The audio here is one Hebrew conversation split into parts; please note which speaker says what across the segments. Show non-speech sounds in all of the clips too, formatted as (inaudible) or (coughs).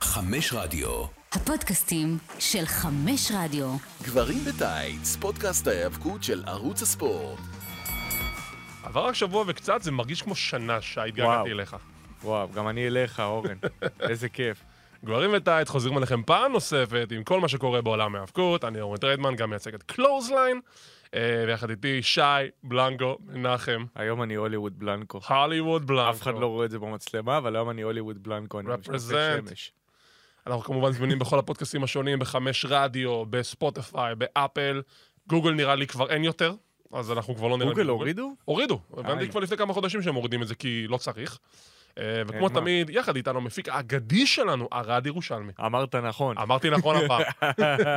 Speaker 1: חמש רדיו.
Speaker 2: הפודקאסטים של חמש רדיו.
Speaker 1: גברים בטייץ, פודקאסט ההיאבקות של ערוץ הספורט.
Speaker 3: עבר רק שבוע וקצת, זה מרגיש כמו שנה
Speaker 4: וואו.
Speaker 3: שהתגעגעתי אליך.
Speaker 4: וואו, גם אני אליך, אורן. איזה כיף.
Speaker 3: גברים וטייט חוזרים אליכם פעם נוספת עם כל מה שקורה בעולם ההאבקות. אני אורן טריידמן, גם מייצג את קלוזליין, אה, ויחד איתי שי, בלנקו, מנחם,
Speaker 4: היום אני הוליווד בלנקו.
Speaker 3: הוליווד בלנקו.
Speaker 4: אף אחד לא רואה את זה במצלמה, אבל היום אני הוליווד בלנקו, אני משקף
Speaker 3: Represent.
Speaker 4: שמש.
Speaker 3: אנחנו כמובן זמינים בכל הפודקאסטים השונים, בחמש רדיו, בספוטיפיי, באפל. גוגל נראה לי כבר אין יותר, אז אנחנו כבר לא נראה לי
Speaker 4: גוגל הורידו?
Speaker 3: הורידו, הבנתי
Speaker 4: די.
Speaker 3: כבר לפני כמה חודשים שהם מורידים את זה כי לא צריך. אה, וכמו
Speaker 4: אה, מה?
Speaker 3: תמיד, יחד איתנו המפיק האגדי שלנו, ערד ירושלמי.
Speaker 4: אמרת נכון.
Speaker 3: אמרתי נכון הפעם.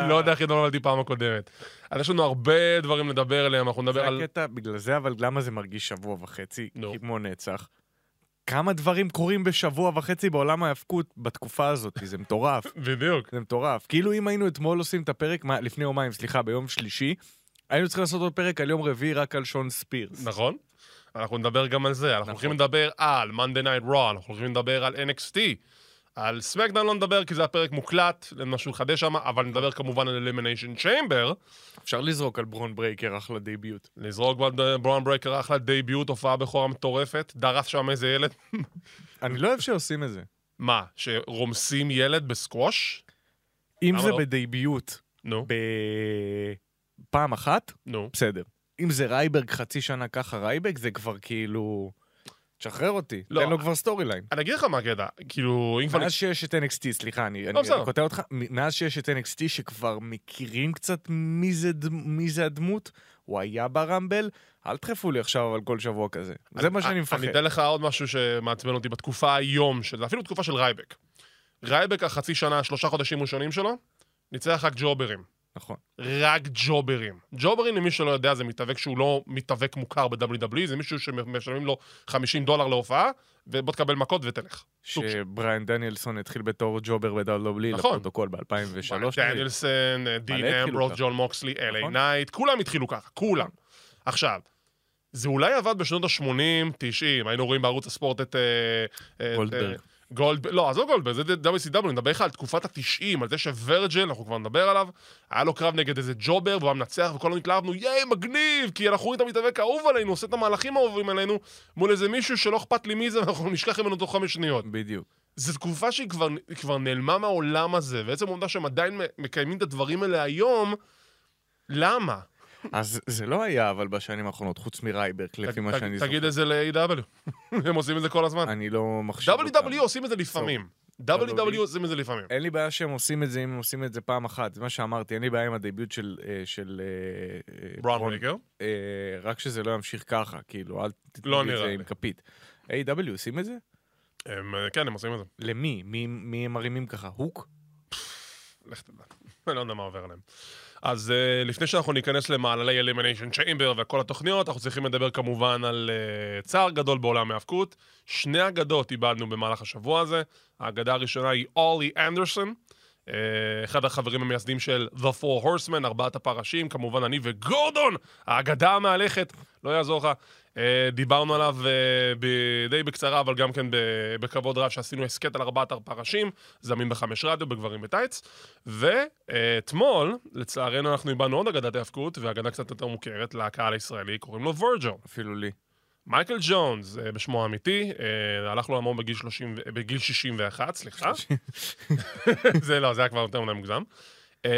Speaker 3: לא יודע איך התנהלתי פעם הקודמת. אז יש לנו הרבה דברים לדבר עליהם, אנחנו נדבר
Speaker 4: זה
Speaker 3: על...
Speaker 4: הקטע, בגלל זה, אבל למה זה מרגיש שבוע וחצי,
Speaker 3: נו.
Speaker 4: כמו נצח? כמה דברים קורים בשבוע וחצי בעולם ההאבקות בתקופה הזאת, זה מטורף. (laughs)
Speaker 3: בדיוק.
Speaker 4: זה מטורף. כאילו אם היינו אתמול עושים את הפרק, מה, לפני יומיים, סליחה, ביום שלישי, היינו צריכים לעשות עוד פרק על יום רביעי רק על שון ספירס.
Speaker 3: נכון? אנחנו נדבר גם על זה, אנחנו הולכים לדבר על Monday Night Raw, אנחנו הולכים לדבר על NXT, על סמקדאון לא נדבר כי זה הפרק מוקלט, אין משהו חדש שם, אבל נדבר כמובן על Elimination Chamber,
Speaker 4: אפשר לזרוק על ברון ברייקר, אחלה דיביוט.
Speaker 3: לזרוק ברד- ברון ברייקר אחלה דייביוט, הופעה בכורה מטורפת, דרס שם איזה ילד.
Speaker 4: אני לא אוהב שעושים את זה.
Speaker 3: מה, שרומסים ילד בסקווש?
Speaker 4: אם
Speaker 3: למה
Speaker 4: זה
Speaker 3: לא?
Speaker 4: בדייביוט
Speaker 3: נו,
Speaker 4: בפעם אחת,
Speaker 3: נו.
Speaker 4: בסדר. אם זה רייברג חצי שנה ככה רייבק, זה כבר כאילו... תשחרר אותי,
Speaker 3: לא,
Speaker 4: תן לו כבר סטורי ליין.
Speaker 3: אני אגיד לך מה הקטע, כאילו, אם כבר...
Speaker 4: מאז שיש את NXT, סליחה, אני אני-
Speaker 3: בסדר.
Speaker 4: אני קוטע אותך, מ- מאז שיש את NXT שכבר מכירים קצת מי זה ד- מי זה הדמות, הוא היה ברמבל, אל תדחפו לי עכשיו על כל שבוע כזה. זה מה שאני מפחד.
Speaker 3: אני אתן לך עוד משהו שמעצבן אותי בתקופה היום, שזה אפילו תקופה של רייבק. רייבק החצי שנה, שלושה חודשים ראשונים שלו, ניצח רק ג'וברים.
Speaker 4: נכון.
Speaker 3: רק ג'וברים. ג'וברים, למי שלא יודע, זה מתאבק שהוא לא מתאבק מוכר ב-WWE, זה מישהו שמשלמים לו 50 דולר להופעה, ובוא תקבל מכות ותלך. סוג של-
Speaker 4: שבריאן דניאלסון התחיל בתור ג'ובר ב-WWE
Speaker 3: נכון.
Speaker 4: לפרוטוקול ב-2003.
Speaker 3: דניאלסון, אה, דין
Speaker 4: מלא התחילו
Speaker 3: אמברוס,
Speaker 4: ככה.
Speaker 3: ג'ון מוקסלי, אליי
Speaker 4: נכון.
Speaker 3: נייט, כולם התחילו ככה, כולם. עכשיו, זה אולי עבד בשנות ה-80, 90, היינו רואים בערוץ הספורט את... אה, את,
Speaker 4: גולדברג.
Speaker 3: אה, גולד... לא, עזוב גולדברג, זה WCW, נדבר לך על תקופת ה-90, על זה שוורג'ל, אנחנו כבר נדבר עליו, היה לו קרב נגד איזה ג'ובר, והוא היה מנצח, וכולנו התלהבנו, ייי, מגניב, כי אנחנו רואים את המתאבק האהוב עלינו, עושה את המהלכים האהובים עלינו, מול איזה מישהו שלא אכפת לי מי זה, ואנחנו נשכח ממנו תוך חמש שניות.
Speaker 4: בדיוק.
Speaker 3: זו תקופה שהיא כבר, היא כבר נעלמה מהעולם הזה, ועצם העובדה שהם עדיין מקיימים את הדברים האלה היום, למה?
Speaker 4: אז זה לא היה, אבל בשנים האחרונות, חוץ מרייברג, לפי מה
Speaker 3: ת-
Speaker 4: שאני זוכר.
Speaker 3: תגיד את זה ל-AW, הם עושים את זה E. כל הזמן.
Speaker 4: אני לא מחשיב אותם.
Speaker 3: WW עושים את זה לפעמים. WW עושים את זה לפעמים.
Speaker 4: אין לי בעיה שהם עושים את זה אם הם עושים את זה פעם אחת, זה מה שאמרתי, אין לי בעיה עם הדביוט של... אה, של אה, אה,
Speaker 3: ברון ברייקר.
Speaker 4: אה, רק שזה לא ימשיך ככה, כאילו, אל
Speaker 3: לא
Speaker 4: תתנו לי את
Speaker 3: נראה
Speaker 4: זה
Speaker 3: לי.
Speaker 4: עם כפית. A.W. עושים את זה?
Speaker 3: הם, אה, כן, הם עושים את זה.
Speaker 4: למי? מי- מי הם מרימים ככה? הוק?
Speaker 3: לך תדע. (laughs) אני לא יודע מה עובר עליהם. אז אה, לפני שאנחנו ניכנס למעללי אלימיניישן צ'יימבר וכל התוכניות, אנחנו צריכים לדבר כמובן על אה, צער גדול בעולם ההאבקות. שני אגדות איבדנו במהלך השבוע הזה. האגדה הראשונה היא אולי אנדרסון, אה, אחד החברים המייסדים של The Four Horsemen, ארבעת הפרשים, כמובן אני וגורדון, האגדה המהלכת, לא יעזור לך. אה, דיברנו עליו אה, ב- די בקצרה, אבל גם כן ב- בכבוד רב שעשינו הסכת על ארבעת הפרשים, זמין בחמש רדיו, בגברים בטייץ. ואתמול, לצערנו, אנחנו איבדנו עוד אגדת ההאבקות, ואגדה קצת יותר מוכרת לקהל הישראלי, קוראים לו וירג'ו.
Speaker 4: אפילו לי.
Speaker 3: מייקל ג'ונס, אה, בשמו האמיתי, אה, הלך לעולמו בגיל, 30, ו- בגיל 61, סליחה. זה לא, זה היה כבר יותר מדי מוגזם. אה,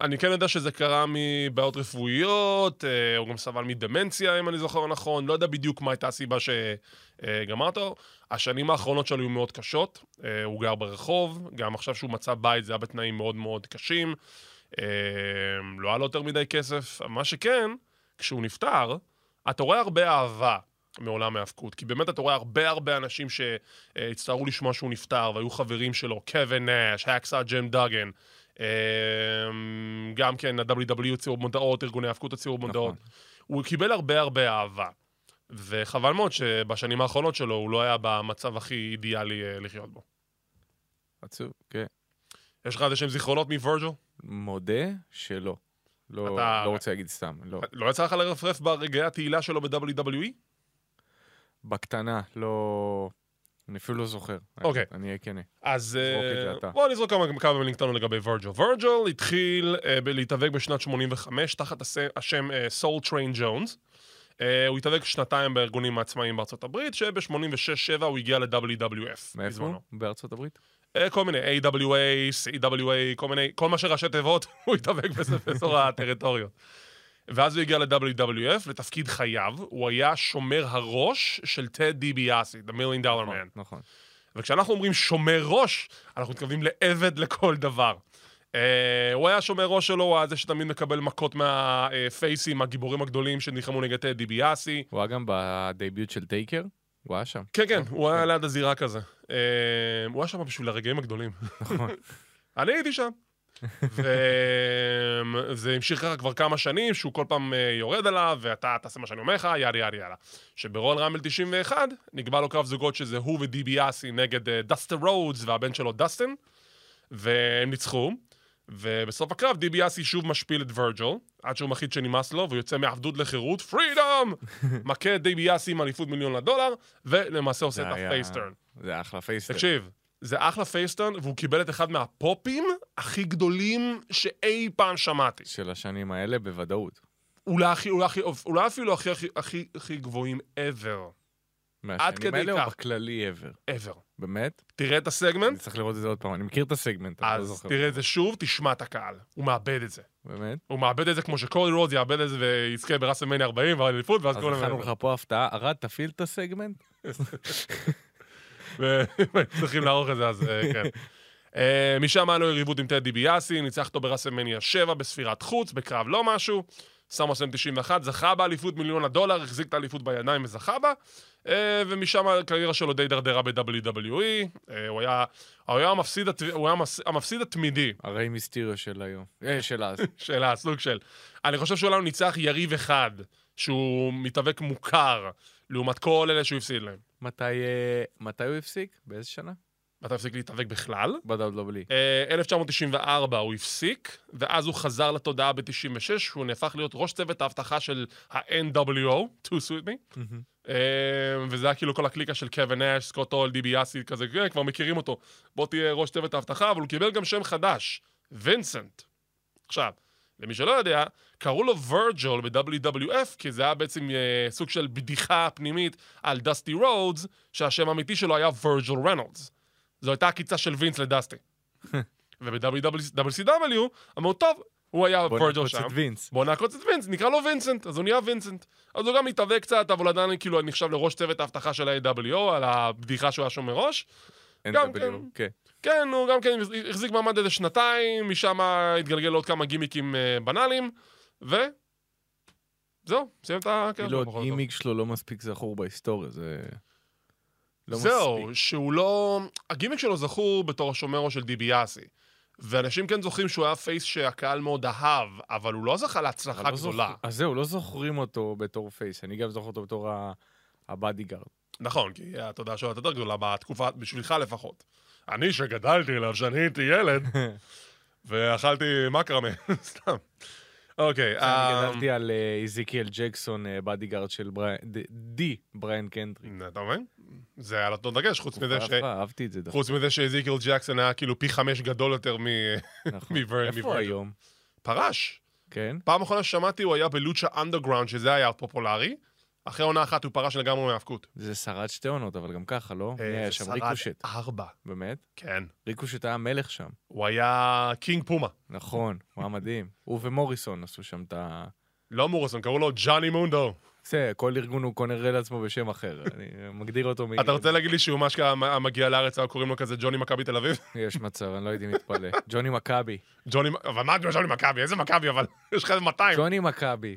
Speaker 3: אני כן יודע שזה קרה מבעיות רפואיות, אה, הוא גם סבל מדמנציה, אם אני זוכר נכון, לא יודע בדיוק מה הייתה הסיבה שגמר אה, אותו. השנים האחרונות שלו היו מאוד קשות, אה, הוא גר ברחוב, גם עכשיו שהוא מצא בית זה היה בתנאים מאוד מאוד קשים, אה, לא היה לו יותר מדי כסף. מה שכן, כשהוא נפטר, אתה רואה הרבה אהבה מעולם ההאבקות, כי באמת אתה רואה הרבה הרבה אנשים שהצטערו לשמוע שהוא נפטר, והיו חברים שלו, קווין נאש, הקסה ג'ם דאגן, אה, גם כן ה-WW הוציאו מודעות, ארגוני האבקות הוציאו
Speaker 4: נכון.
Speaker 3: מודעות. הוא קיבל הרבה הרבה אהבה. וחבל מאוד שבשנים האחרונות שלו הוא לא היה במצב הכי אידיאלי אה, לחיות בו.
Speaker 4: עצוב, כן.
Speaker 3: יש לך איזה שהם זיכרונות מוורג'ל?
Speaker 4: מודה שלא. לא
Speaker 3: אתה-
Speaker 4: לא רוצה להגיד סתם, לא.
Speaker 3: לא יצא לך לרפרף E? ברגעי התהילה שלו ב-WWE?
Speaker 4: בקטנה, לא... אני אפילו לא זוכר.
Speaker 3: אוקיי.
Speaker 4: אני אהיה כן.
Speaker 3: אז
Speaker 4: זרוק את זה
Speaker 3: אה,
Speaker 4: אתה.
Speaker 3: בואו נזרוק כמה כמה מילים קטנות לגבי וירג'ל. וירג'ל התחיל אה, ב- להתאבק בשנת 85 תחת הס- השם אה, סול טריין ג'ונס. אה, הוא התאבק שנתיים בארגונים העצמאיים בארצות הברית, שב-86-7 הוא הגיע ל-WWF.
Speaker 4: מאיפה הוא? בארצות הברית?
Speaker 3: אה, כל מיני AWA, CWA, כל מיני, כל מה שראשי תיבות, (laughs) הוא התאבק בזה באזור הטריטוריות. ואז הוא הגיע ל-WWF לתפקיד חייו, הוא היה שומר הראש של טד דיביאסי, The Million Dollar Man.
Speaker 4: נכון.
Speaker 3: וכשאנחנו אומרים שומר ראש, אנחנו מתכוונים לעבד לכל דבר. Uh, הוא היה שומר ראש שלו, הוא היה זה שתמיד מקבל מכות מהפייסים, הגיבורים הגדולים שנלחמו נגד טדי ביאסי.
Speaker 4: הוא היה גם בדייביוט של טייקר? הוא היה שם.
Speaker 3: כן, כן, הוא היה ליד הזירה כזה. Uh, הוא היה שם בשביל הרגעים הגדולים.
Speaker 4: נכון.
Speaker 3: (laughs) אני הייתי שם. וזה המשיך ככה כבר כמה שנים, שהוא כל פעם אה, יורד עליו, ואתה תעשה מה שאני אומר לך, יאללה יאללה יאללה. שברול רמבל 91, נקבע לו קרב זוגות שזה הוא ודיביאסי נגד אה, דסטר רודס והבן שלו דסטין, והם ניצחו. ובסוף הקרב דיביאסי שוב משפיל את וירג'ל, עד שהוא מחליט שנמאס לו, והוא יוצא מעבדות לחירות,
Speaker 4: (laughs)
Speaker 3: פרידום! מכה את דיביאסי עם אליפות מיליון לדולר, ולמעשה עושה את
Speaker 4: זה היה-
Speaker 3: הפייסטרן.
Speaker 4: זה אחלה פייסטר.
Speaker 3: תקשיב, זה אחלה פייסטון, והוא קיבל את אחד מהפופים הכי גדולים שאי פעם שמעתי.
Speaker 4: של השנים האלה בוודאות.
Speaker 3: אולי, הכי, אולי, הכי, אולי אפילו הכי, הכי, הכי, הכי גבוהים ever.
Speaker 4: מהשנים
Speaker 3: כדי
Speaker 4: האלה
Speaker 3: כך.
Speaker 4: או בכללי ever?
Speaker 3: ever.
Speaker 4: באמת?
Speaker 3: תראה את הסגמנט,
Speaker 4: אני צריך לראות את זה עוד פעם, אני מכיר את הסגמנט, אני לא
Speaker 3: אז
Speaker 4: זוכר.
Speaker 3: תראה את זה שוב, תשמע את הקהל. הוא מאבד את זה.
Speaker 4: באמת?
Speaker 3: הוא מאבד את זה כמו שקורי רודס יאבד את זה ויזכה בראסלמניה 40 והאליפות, ואז
Speaker 4: אז
Speaker 3: כולם...
Speaker 4: הכנו לך פה הפתעה, ערד, תפעיל את הסגמנט?
Speaker 3: ו- צריכים לערוך את זה, אז אה, כן. אה, משם היה לו יריבות עם טדי ביאסי, ניצח אותו בראסלמניה 7 בספירת חוץ, בקרב לא משהו. סמוס M91, זכה באליפות מיליון הדולר, החזיק את האליפות בידיים וזכה בה. אה, ומשם הקריירה שלו די דרדרה ב-WWE. אה, הוא היה, הוא היה, המפסיד, הת- הוא היה המס- המפסיד התמידי
Speaker 4: הרי מיסטיריו של היום. אה, של
Speaker 3: (laughs)
Speaker 4: אז.
Speaker 3: של הסוג של... אני חושב שאולי הוא ניצח יריב אחד, שהוא מתאבק מוכר, לעומת כל אלה שהוא הפסיד להם.
Speaker 4: מתי אה, מתי הוא הפסיק? באיזה שנה? E.
Speaker 3: ואתה הפסיק להתאבק בכלל?
Speaker 4: ב-WWE.
Speaker 3: אה, 1994 הוא הפסיק, ואז הוא חזר לתודעה ב-96, שהוא נהפך להיות ראש צוות האבטחה של ה-NWO, to suit me, אה, וזה היה כאילו כל הקליקה של קווין אש, סקוט הול, דיבי אסי, כזה, כן, כבר מכירים אותו. בוא תהיה ראש צוות האבטחה, אבל הוא קיבל גם שם חדש, וינסנט. עכשיו, למי שלא יודע, קראו לו וירג'ל ב-WWF, כי זה היה בעצם אה, סוג של בדיחה פנימית על דסטי רודס, שהשם האמיתי שלו היה וירג'ל רנולדס. זו הייתה עקיצה של וינס
Speaker 4: (laughs)
Speaker 3: לדסטי. וב-WCW אמרו, טוב, הוא היה
Speaker 4: בוא
Speaker 3: וירג'ל
Speaker 4: נקפוץ
Speaker 3: שם.
Speaker 4: את וינס.
Speaker 3: בוא נעקוץ את וינס, נקרא לו וינסנט, אז הוא נהיה וינסנט. אז הוא גם התאבק קצת, אבל עדיין כאילו נחשב לראש צוות האבטחה של ה-AWO, על הבדיחה שהוא היה שם מראש. גם
Speaker 4: NWO, כן.
Speaker 3: כן, הוא גם כן החזיק מעמד איזה שנתיים, משם התגלגל לעוד כמה גימיקים אה, בנאליים, ו... זהו, סיים את הקריירה.
Speaker 4: כאילו
Speaker 3: פחות או
Speaker 4: הגימיק שלו לא מספיק זכור בהיסטוריה, זה... לא
Speaker 3: טוב.
Speaker 4: מספיק.
Speaker 3: זהו, שהוא לא... הגימיק שלו זכור בתור השומרו של דיביאסי. ואנשים כן זוכרים שהוא היה פייס שהקהל מאוד אהב, אבל הוא לא זכה
Speaker 4: אבל
Speaker 3: להצלחה
Speaker 4: לא זוכ-
Speaker 3: גדולה.
Speaker 4: אז זהו, לא זוכרים אותו בתור פייס, אני גם זוכר אותו בתור ה- הבאדיגארד.
Speaker 3: נכון, כי התודעה שלו הייתה יותר גדולה בתקופה, בשבילך לפחות. אני שגדלתי אליו, שאני הייתי
Speaker 4: (laughs)
Speaker 3: ילד, ואכלתי מקרמה, (laughs) סתם. אוקיי,
Speaker 4: אני
Speaker 3: אמ,
Speaker 4: גדלתי על אה, איזיקיאל ג'קסון, אה, בדיגארד של ברי- ד- די בריאן קנדריק.
Speaker 3: אתה מבין? זה היה אותו דגש, חוץ מזה ש...
Speaker 4: יפה, אהבתי את זה דווקא,
Speaker 3: חוץ מזה שאזיקיל ג'קסון היה כאילו פי חמש גדול יותר מ...
Speaker 4: נכון.
Speaker 3: מבר-
Speaker 4: איפה הוא
Speaker 3: מבר-
Speaker 4: היום?
Speaker 3: פרש.
Speaker 4: כן?
Speaker 3: פעם אחרונה ששמעתי הוא היה בלוצ'ה אנדרגראונד, שזה היה פופולרי. אחרי עונה אחת הוא פרש לגמרי מהאבקות.
Speaker 4: זה שרד שתי עונות, אבל גם ככה, לא? מי היה שם?
Speaker 3: אה, שרד
Speaker 4: ריקושט.
Speaker 3: ארבע.
Speaker 4: באמת?
Speaker 3: כן.
Speaker 4: ריקושט היה המלך שם.
Speaker 3: הוא היה קינג פומה.
Speaker 4: נכון, הוא היה
Speaker 3: (laughs)
Speaker 4: מדהים. הוא ומוריסון עשו שם את ה...
Speaker 3: לא מורסון, קראו לו ג'אני מונדו.
Speaker 4: זה, כל ארגון הוא קונה לעצמו בשם אחר. אני מגדיר אותו מ...
Speaker 3: אתה רוצה להגיד לי שהוא אשכרה מ- מגיע לארץ, היו קוראים לו כזה ג'וני מכבי תל אביב? (laughs)
Speaker 4: יש מצב, אני לא הייתי מתפלא. ג'וני מכבי.
Speaker 3: ג'וני, אבל מה ג'וני מכבי? איזה מכבי, אבל (laughs) יש לך איזה 200.
Speaker 4: (laughs) ג'וני מכבי.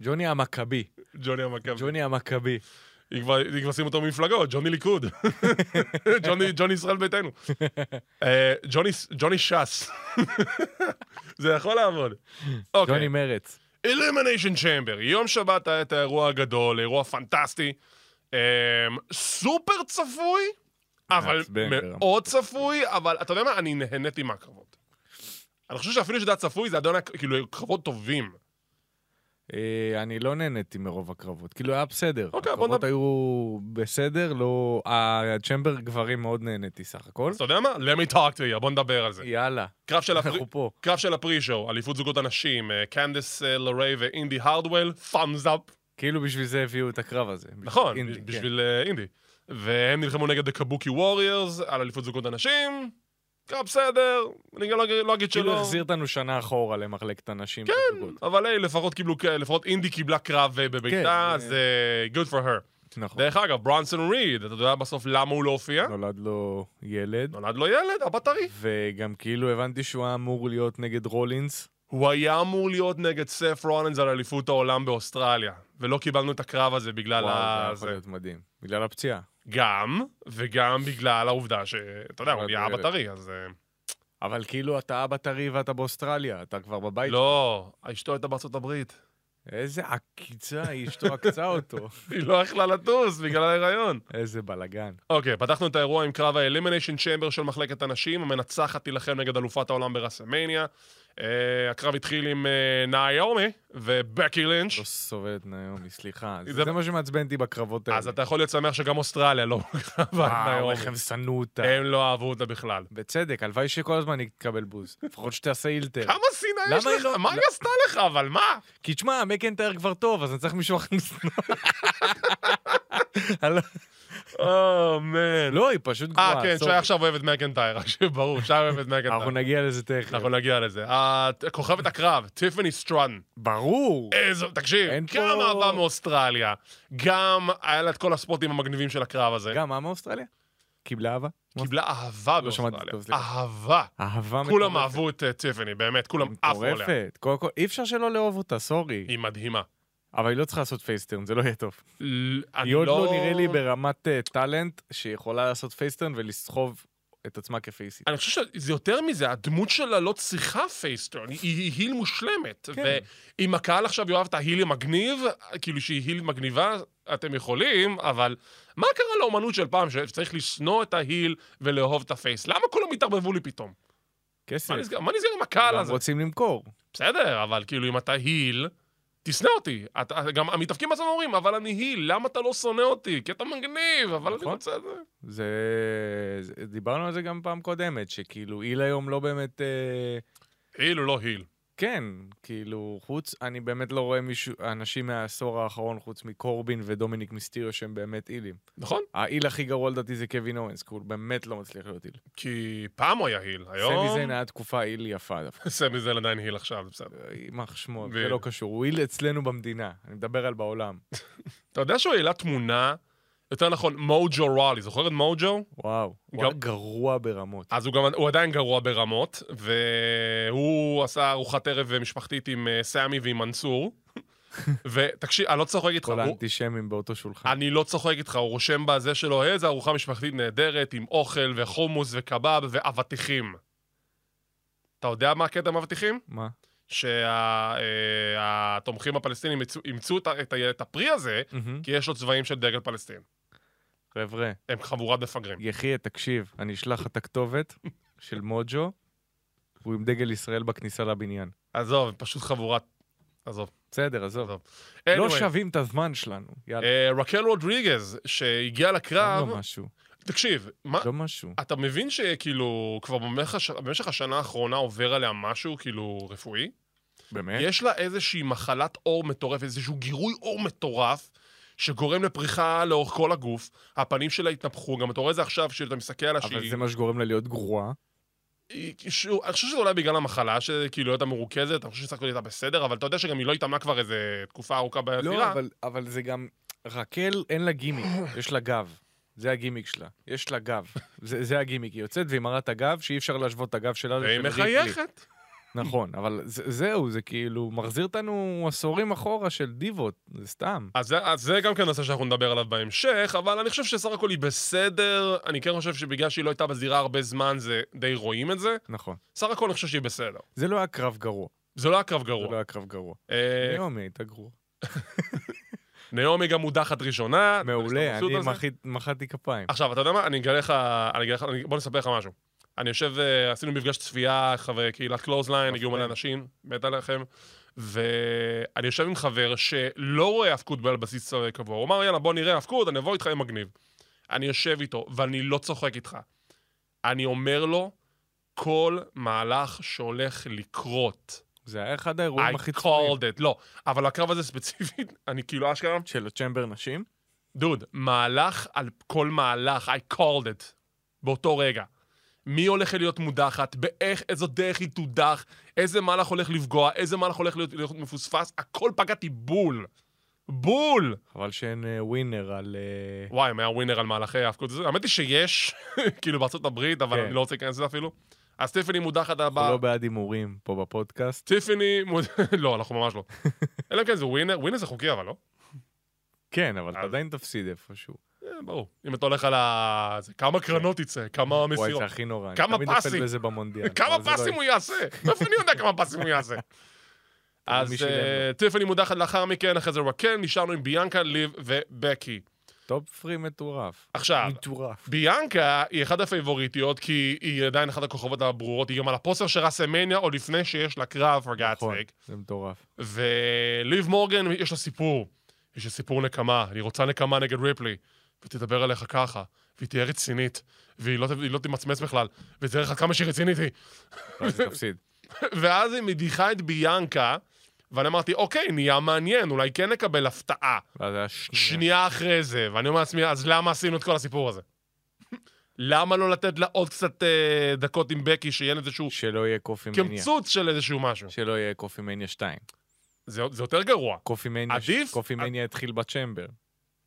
Speaker 4: ג'וני המכבי.
Speaker 3: ג'וני המכבי.
Speaker 4: ג'וני המכבי.
Speaker 3: היא כבר, היא כבר שים אותו במפלגות, ג'וני ליכוד. (laughs)
Speaker 4: (laughs)
Speaker 3: ג'וני, ג'וני ישראל ביתנו. אה, ג'וני, ג'וני ש"ס. (laughs) זה יכול לעבוד.
Speaker 4: ג'וני
Speaker 3: אוקיי,
Speaker 4: מרץ.
Speaker 3: אילימיניישן צ'מבר. יום שבת היה את האירוע הגדול, אירוע פנטסטי. אה, סופר צפוי, אבל
Speaker 4: מעצבן ברמה.
Speaker 3: מאוד צפוי, אבל אתה יודע מה? אני נהניתי מהקרבות. אני חושב שאפילו שזה היה צפוי, זה עדיין היה כאילו קרבות טובים.
Speaker 4: אה, אני לא נהניתי מרוב הקרבות. כאילו, היה בסדר.
Speaker 3: אוקיי, בוא
Speaker 4: הקרבות
Speaker 3: נדבר-
Speaker 4: היו בסדר, לא... הצ'מבר גברים מאוד נהניתי סך הכל.
Speaker 3: אז אתה יודע מה? Let me talk to you, בוא נדבר על זה.
Speaker 4: יאללה,
Speaker 3: קרב של
Speaker 4: (laughs)
Speaker 3: הפרי-
Speaker 4: אנחנו פה.
Speaker 3: קרב של הפרי-שואו, אליפות זוגות הנשים, אה, קנדס אה, לריי ואינדי הרדוול, thumbs up.
Speaker 4: כאילו בשביל זה הביאו את הקרב הזה. בשביל
Speaker 3: נכון,
Speaker 4: אינדי,
Speaker 3: ב-
Speaker 4: כן.
Speaker 3: בשביל אה, אינדי. והם נלחמו נגד הקבוקי ווריורס על אליפות זוגות הנשים. קרב בסדר, אני גם לא אגיד- לא אגיד שלא.
Speaker 4: כאילו החזיר אותנו שנה אחורה למחלקת הנשים. כן.
Speaker 3: אבל היי, לפחות קיבלו, לפחות אינדי קיבלה קרב אה, בביתה,
Speaker 4: כן,
Speaker 3: אז אה, good for her.
Speaker 4: נכון.
Speaker 3: דרך אגב, ברונסון ריד, אתה יודע בסוף למה הוא לא הופיע?
Speaker 4: נולד לו ילד,
Speaker 3: נולד לו ילד, הבת טרי.
Speaker 4: וגם כאילו הבנתי שהוא היה אמור להיות נגד רולינס.
Speaker 3: הוא היה אמור להיות נגד סף רולנס על אליפות העולם באוסטרליה, ולא קיבלנו את הקרב הזה בגלל
Speaker 4: וואו, זה
Speaker 3: ה...
Speaker 4: יכול
Speaker 3: זה.
Speaker 4: להיות מדהים. בגלל הפציעה.
Speaker 3: גם, וגם בגלל העובדה ש... אתה יודע, הוא
Speaker 4: נולד
Speaker 3: נהיה אבא
Speaker 4: לו ילד.
Speaker 3: טרי, אז... אה,
Speaker 4: אבל כאילו אתה אבא טרי ואתה באוסטרליה, אתה כבר בבית.
Speaker 3: לא, אשתו הייתה בארצות הברית.
Speaker 4: איזה עקיצה, היא אשתו עקצה אותו. (laughs)
Speaker 3: היא לא יכלה לטוס בגלל ההיריון.
Speaker 4: איזה בלאגן.
Speaker 3: אוקיי, פתחנו את האירוע עם קרב האלימיניישן צ'מבר של מחלקת הנשים, המנצחת תילחם נגד אלופת העולם ברסמניה. אה, הקרב התחיל עם אה, נאיומי ובקי לינץ'.
Speaker 4: לא סובלת נעיומי, סליחה.
Speaker 3: זה-
Speaker 4: זה מה שמעצבן אותי בקרבות האלה.
Speaker 3: אז אתה יכול להיות שמח שגם אוסטרליה לא קרבה עם
Speaker 4: וואו,
Speaker 3: נאיומי.
Speaker 4: איך הם שנאו אותה.
Speaker 3: הם לא אהבו אותה בכלל.
Speaker 4: בצדק, הלוואי שכל הזמן היא תקבל
Speaker 3: (laughs)
Speaker 4: בוז. לפחות שתעשה אילתר.
Speaker 3: כמה שנאה
Speaker 4: למה
Speaker 3: יש
Speaker 4: היא
Speaker 3: לך?
Speaker 4: לא-
Speaker 3: מה היא עשתה לך, אבל מה?
Speaker 4: כי תשמע, מקנטייר כבר טוב, אז אני צריך מישהו אחר
Speaker 3: (laughs)
Speaker 4: לשנוא. הלא- Oh,
Speaker 3: או, מן.
Speaker 4: לא, היא פשוט גרועה.
Speaker 3: אה, כן,
Speaker 4: סורי.
Speaker 3: שי עכשיו אוהב את מקנטייר, רק (laughs) שברור, שי אוהב את
Speaker 4: אנחנו
Speaker 3: מקנטייר.
Speaker 4: נגיע לזה תכף.
Speaker 3: אנחנו נגיע לזה. הת- כוכבת הקרב, טיפני סטרן.
Speaker 4: ברור.
Speaker 3: איזו, תקשיב,
Speaker 4: אין
Speaker 3: גם
Speaker 4: פה-
Speaker 3: אהבה מאוסטרליה, גם היה לה את כל הספוטים המגניבים של הקרב הזה.
Speaker 4: גם, מה מאוסטרליה? קיבלה אהבה?
Speaker 3: קיבלה אהבה
Speaker 4: לא שמעתי
Speaker 3: באוסטרליה.
Speaker 4: טוב, סליחה.
Speaker 3: אהבה.
Speaker 4: אהבה
Speaker 3: כולם אהבו את אה, טיפני, באמת, כולם עפו עליה.
Speaker 4: מטורפת. קודם כל, אי אפשר שלא לאהוב אותה, סורי.
Speaker 3: היא מדהימה.
Speaker 4: אבל היא לא צריכה לעשות פייסטרן, זה לא יהיה טוב.
Speaker 3: ל- אני
Speaker 4: היא עוד לא נראה לי ברמת אה, טאלנט שיכולה לעשות פייסטרן ולסחוב את עצמה כפייסית.
Speaker 3: אני חושב שזה יותר מזה, הדמות שלה לא צריכה פייסטרן, היא- היא היל מושלמת.
Speaker 4: כן.
Speaker 3: ואם הקהל עכשיו יאהב את ההיל המגניב, כאילו שהיא היל מגניבה, אתם יכולים, אבל מה קרה לאומנות של פעם, שצריך לשנוא את ההיל ולאהוב את הפייס? למה כולם התערבבו לי פתאום?
Speaker 4: כסף.
Speaker 3: מה נסגר- מה נסגר עם הקהל
Speaker 4: גם
Speaker 3: הזה?
Speaker 4: רוצים למכור.
Speaker 3: בסדר, אבל כאילו אם אתה היל, תשנא אותי. אתה- גם המתאבקים עצמם אומרים, אבל אני היל, למה אתה לא שונא אותי? כי אתה מגניב, אבל אני
Speaker 4: נכון.
Speaker 3: רוצה את זה.
Speaker 4: זה... זה- דיברנו על זה גם פעם קודמת, שכאילו איל היום לא באמת... אה,
Speaker 3: היל הוא לא היל.
Speaker 4: כן, כאילו, חוץ, אני באמת לא רואה מישהו, אנשים מהעשור האחרון חוץ מקורבין ודומיניק מיסטיריו שהם באמת אילים.
Speaker 3: נכון?
Speaker 4: האיל הכי גרוע לדעתי זה קווין אורנס, כי הוא באמת לא מצליח להיות איל.
Speaker 3: כי פעם הוא היה היל, היום...
Speaker 4: סמי זיין היה תקופה איל יפה דווקא.
Speaker 3: סמי זן עדיין היל עכשיו, זה בסדר.
Speaker 4: יימח שמו,
Speaker 3: ו-
Speaker 4: זה לא קשור. הוא איל אצלנו במדינה, אני מדבר על בעולם.
Speaker 3: אתה יודע שהוא העלה תמונה, יותר נכון, מוג'ו רולי, זוכר את מוג'ו?
Speaker 4: וואו, הוא
Speaker 3: גם- אה,
Speaker 4: היה גרוע ברמות.
Speaker 3: אז הוא, גם, הוא עדיין גרוע ברמות, והוא עשה ארוחת ערב משפחתית עם אה, סמי ועם מנסור. (laughs) ותקשיב, אני לא צוחק איתך,
Speaker 4: כל
Speaker 3: הוא,
Speaker 4: האנטישמים באותו שולחן.
Speaker 3: אני לא צוחק איתך, הוא רושם בזה שלו, איזה ארוחה משפחתית נהדרת, עם אוכל וחומוס וקבב ואבטיחים. אתה יודע מה הקטע עם אבטיחים?
Speaker 4: מה?
Speaker 3: שהתומכים הפלסטינים אימצו- אימצו את ה- את ה- את הפרי הזה,
Speaker 4: מהמם.
Speaker 3: כי יש לו צבעים של דגל פלסטין.
Speaker 4: חבר'ה,
Speaker 3: הם חבורת מפגרים.
Speaker 4: יחיה, תקשיב, אני אשלח לך את הכתובת של מוג'ו, הוא עם דגל ישראל בכניסה לבניין.
Speaker 3: עזוב, הם פשוט חבורת... עזוב.
Speaker 4: בסדר, עזוב.
Speaker 3: עזוב.
Speaker 4: לא
Speaker 3: Anyway,
Speaker 4: שווים את הזמן שלנו. יאללה,
Speaker 3: אה, רקל רודריגז, שהגיעה לקרב,
Speaker 4: אין לו משהו,
Speaker 3: תקשיב, מה...
Speaker 4: לא משהו.
Speaker 3: אתה מבין שכאילו כבר במשך הש- במשך השנה האחרונה עובר עליה משהו כאילו רפואי?
Speaker 4: באמת?
Speaker 3: יש לה איזושהי מחלת עור מטורפת, איזשהו גירוי עור מטורף, שגורם לפריחה לאורך כל הגוף, הפנים שלה התנפחו, גם אתה רואה את זה עכשיו, כשאתה מסתכל על
Speaker 4: אבל
Speaker 3: השיר.
Speaker 4: זה מה שגורם לה להיות גרועה.
Speaker 3: היא- שהוא- אני חושב שזה אולי בגלל המחלה, שכאילו לא הייתה מרוכזת, אני חושב שסך הכול הייתה בסדר, אבל אתה יודע שגם היא לא התאמנה כבר איזה תקופה ארוכה
Speaker 4: לא,
Speaker 3: בזירה.
Speaker 4: אבל- אבל זה גם... רקל, אין לה גימיק, יש לה גב. זה הגימיק שלה. יש לה גב. זה זה הגימיק. היא יוצאת והיא מראה את הגב, שאי אפשר להשוות את הגב שלה
Speaker 3: והיא
Speaker 4: לשל ריפלי.
Speaker 3: מחייכת.
Speaker 4: נכון, אבל זה- זהו, זה כאילו מחזיר אותנו עשורים אחורה של דיבות, זה סתם.
Speaker 3: אז זה, אז זה גם כן נושא שאנחנו נדבר עליו בהמשך, אבל אני חושב שסך הכל היא בסדר, אני כן חושב שבגלל שהיא לא הייתה בזירה הרבה זמן, זה די רואים את זה.
Speaker 4: נכון.
Speaker 3: סך הכל אני חושב שהיא בסדר.
Speaker 4: זה לא היה קרב גרוע.
Speaker 3: זה לא היה קרב
Speaker 4: זה לא
Speaker 3: גרוע.
Speaker 4: היה קרב גרוע.
Speaker 3: אה,
Speaker 4: נעמי הייתה גרועה.
Speaker 3: נעמי גם מודחת ראשונה.
Speaker 4: מעולה,
Speaker 3: מבסוט
Speaker 4: אני
Speaker 3: על אה, זה.
Speaker 4: מחית- מחאתי כפיים.
Speaker 3: עכשיו, אתה יודע מה? אני אגלה לך... אני אגלה לך... אני- בוא נספר לך משהו. כאילו, אני יושב, אה, עשינו מפגש צפייה, חברי קהילת קלוזליין, הגיעו מלא אנשים, מת עליכם. ואני יושב עם חבר שלא רואה האבקות על בסיס אה, קבוע. הוא אמר, יאללה, בוא נראה האבקות, אני אבוא איתך, יהיה מגניב. אני יושב איתו, ואני לא צוחק איתך. אני אומר לו, כל מהלך שהולך לקרות,
Speaker 4: זה היה אחד
Speaker 3: I
Speaker 4: האירועים הכי צפויים.
Speaker 3: called it. לא, אבל הקרב הזה ספציפית, (laughs) אני כאילו אשכרה,
Speaker 4: של הצ'מבר נשים?
Speaker 3: דוד, מהלך על כל מהלך, I called it, באותו רגע. מי הולך להיות מודחת, באיך, איזו דרך היא תודח, איזה מהלך הולך לפגוע, איזה מהלך הולך להיות, להיות מפוספס, הכל פגעתי בול. בול!
Speaker 4: חבל שאין אה, ווינר על... אה,
Speaker 3: וואי, אם היה ווינר על מהלכי ההאבקות, זה- האמת היא שיש, (laughs) כאילו בארצות הברית, אבל
Speaker 4: כן.
Speaker 3: אני לא רוצה להיכנס לזה אפילו. אז טיפני מודחת הבאה.
Speaker 4: אנחנו לא בעד הימורים פה בפודקאסט.
Speaker 3: טיפני מוד... (laughs) לא, אנחנו ממש
Speaker 4: (laughs)
Speaker 3: לא. אלא אם כן זה ווינר, ווינר זה חוקי אבל, לא?
Speaker 4: כן, אבל אתה
Speaker 3: אז-
Speaker 4: עדיין תפסיד איפשהו.
Speaker 3: אה, ברור. אם אתה הולך על ה... זה כמה קרנות יצא, כמה
Speaker 4: כן. וואי,
Speaker 3: מסירות.
Speaker 4: זה הכי נורא. אני
Speaker 3: כמה
Speaker 4: תמיד
Speaker 3: פסים?
Speaker 4: נופל בזה במונדיאל.
Speaker 3: (laughs) כמה
Speaker 4: אבל זה לא
Speaker 3: פסים הוא יעשה? מאיפה אני יודע כמה פסים הוא יעשה?
Speaker 4: מי
Speaker 3: אז
Speaker 4: שילם
Speaker 3: אה,
Speaker 4: לו?
Speaker 3: טיפני מודחת לאחר מכן, אחרי זה רקל, נשארנו עם ביאנקה, ליב ובקי.
Speaker 4: טופ פרי מטורף.
Speaker 3: עכשיו,
Speaker 4: מטורף.
Speaker 3: ביאנקה היא אחת הפייבוריטיות, כי היא עדיין אחת הכוכבות הברורות, היא גם על הפוסטר של ראסלמניה עוד לפני שיש לה קרב,
Speaker 4: נכון,
Speaker 3: רגאצק.
Speaker 4: זה מטורף.
Speaker 3: וליב מורגן, יש לה סיפור. יש לה סיפור נקמה, היא רוצה נקמה נגד ריפלי. ותדבר עליך ככה, והיא תהיה רצינית, והיא לא, ת- היא לא תמצמץ בכלל, ותראה לך כמה שהיא רצינית היא.
Speaker 4: אז לא, תפסיד. (laughs)
Speaker 3: ואז היא מדיחה את ביאנקה, ואני אמרתי, אוקיי, נהיה מעניין, אולי כן נקבל הפתעה.
Speaker 4: ואז היה שנייה.
Speaker 3: שנייה אחרי זה, ואני אומר לעצמי, אז למה עשינו את כל הסיפור הזה? (laughs) למה לא לתת לה עוד קצת אה, דקות עם בקי, שיהיה איזשהו
Speaker 4: שלא יהיה קופי מניה.
Speaker 3: קמצוץ של איזשהו משהו?
Speaker 4: שלא יהיה קופי מניה 2.
Speaker 3: זה, זה יותר גרוע.
Speaker 4: קופי מניה...
Speaker 3: עדיף? אה-
Speaker 4: קופי מניה התחיל בצ'מבר.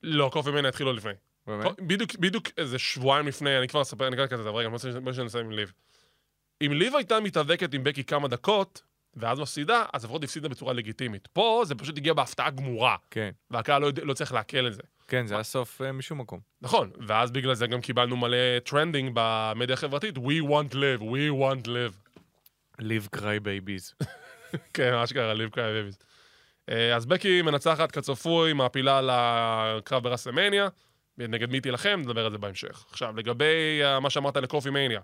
Speaker 3: לא, קופי מנה התחיל עוד לפני.
Speaker 4: באמת?
Speaker 3: בדיוק, בדיוק איזה שבועיים לפני, אני כבר אספר, אני כבר אקח את זה, אבל רגע, בוא נס- בוא ננסה עם ליב. אם ליב הייתה מתאבקת עם בקי כמה דקות, ואז מפסידה, אז לפחות הפסידה בצורה לגיטימית. פה זה פשוט הגיע בהפתעה גמורה,
Speaker 4: כן.
Speaker 3: והקהל לא, יודע- לא צריך לעכל את זה.
Speaker 4: כן, זה היה סוף אה, משום מקום.
Speaker 3: נכון, ואז בגלל זה גם קיבלנו מלא טרנדינג במדיה החברתית, We want live, we want live.
Speaker 4: ליב קריי בייביז.
Speaker 3: כן, אשכרה, ליב קאי וויביס. אה, אז בקי מנצחת כצפוי, מעפילה לקרב ברסלמניה, נגד מי תילחם, נדבר על זה בהמשך. עכשיו, לגבי אה, מה שאמרת לקופי מניה,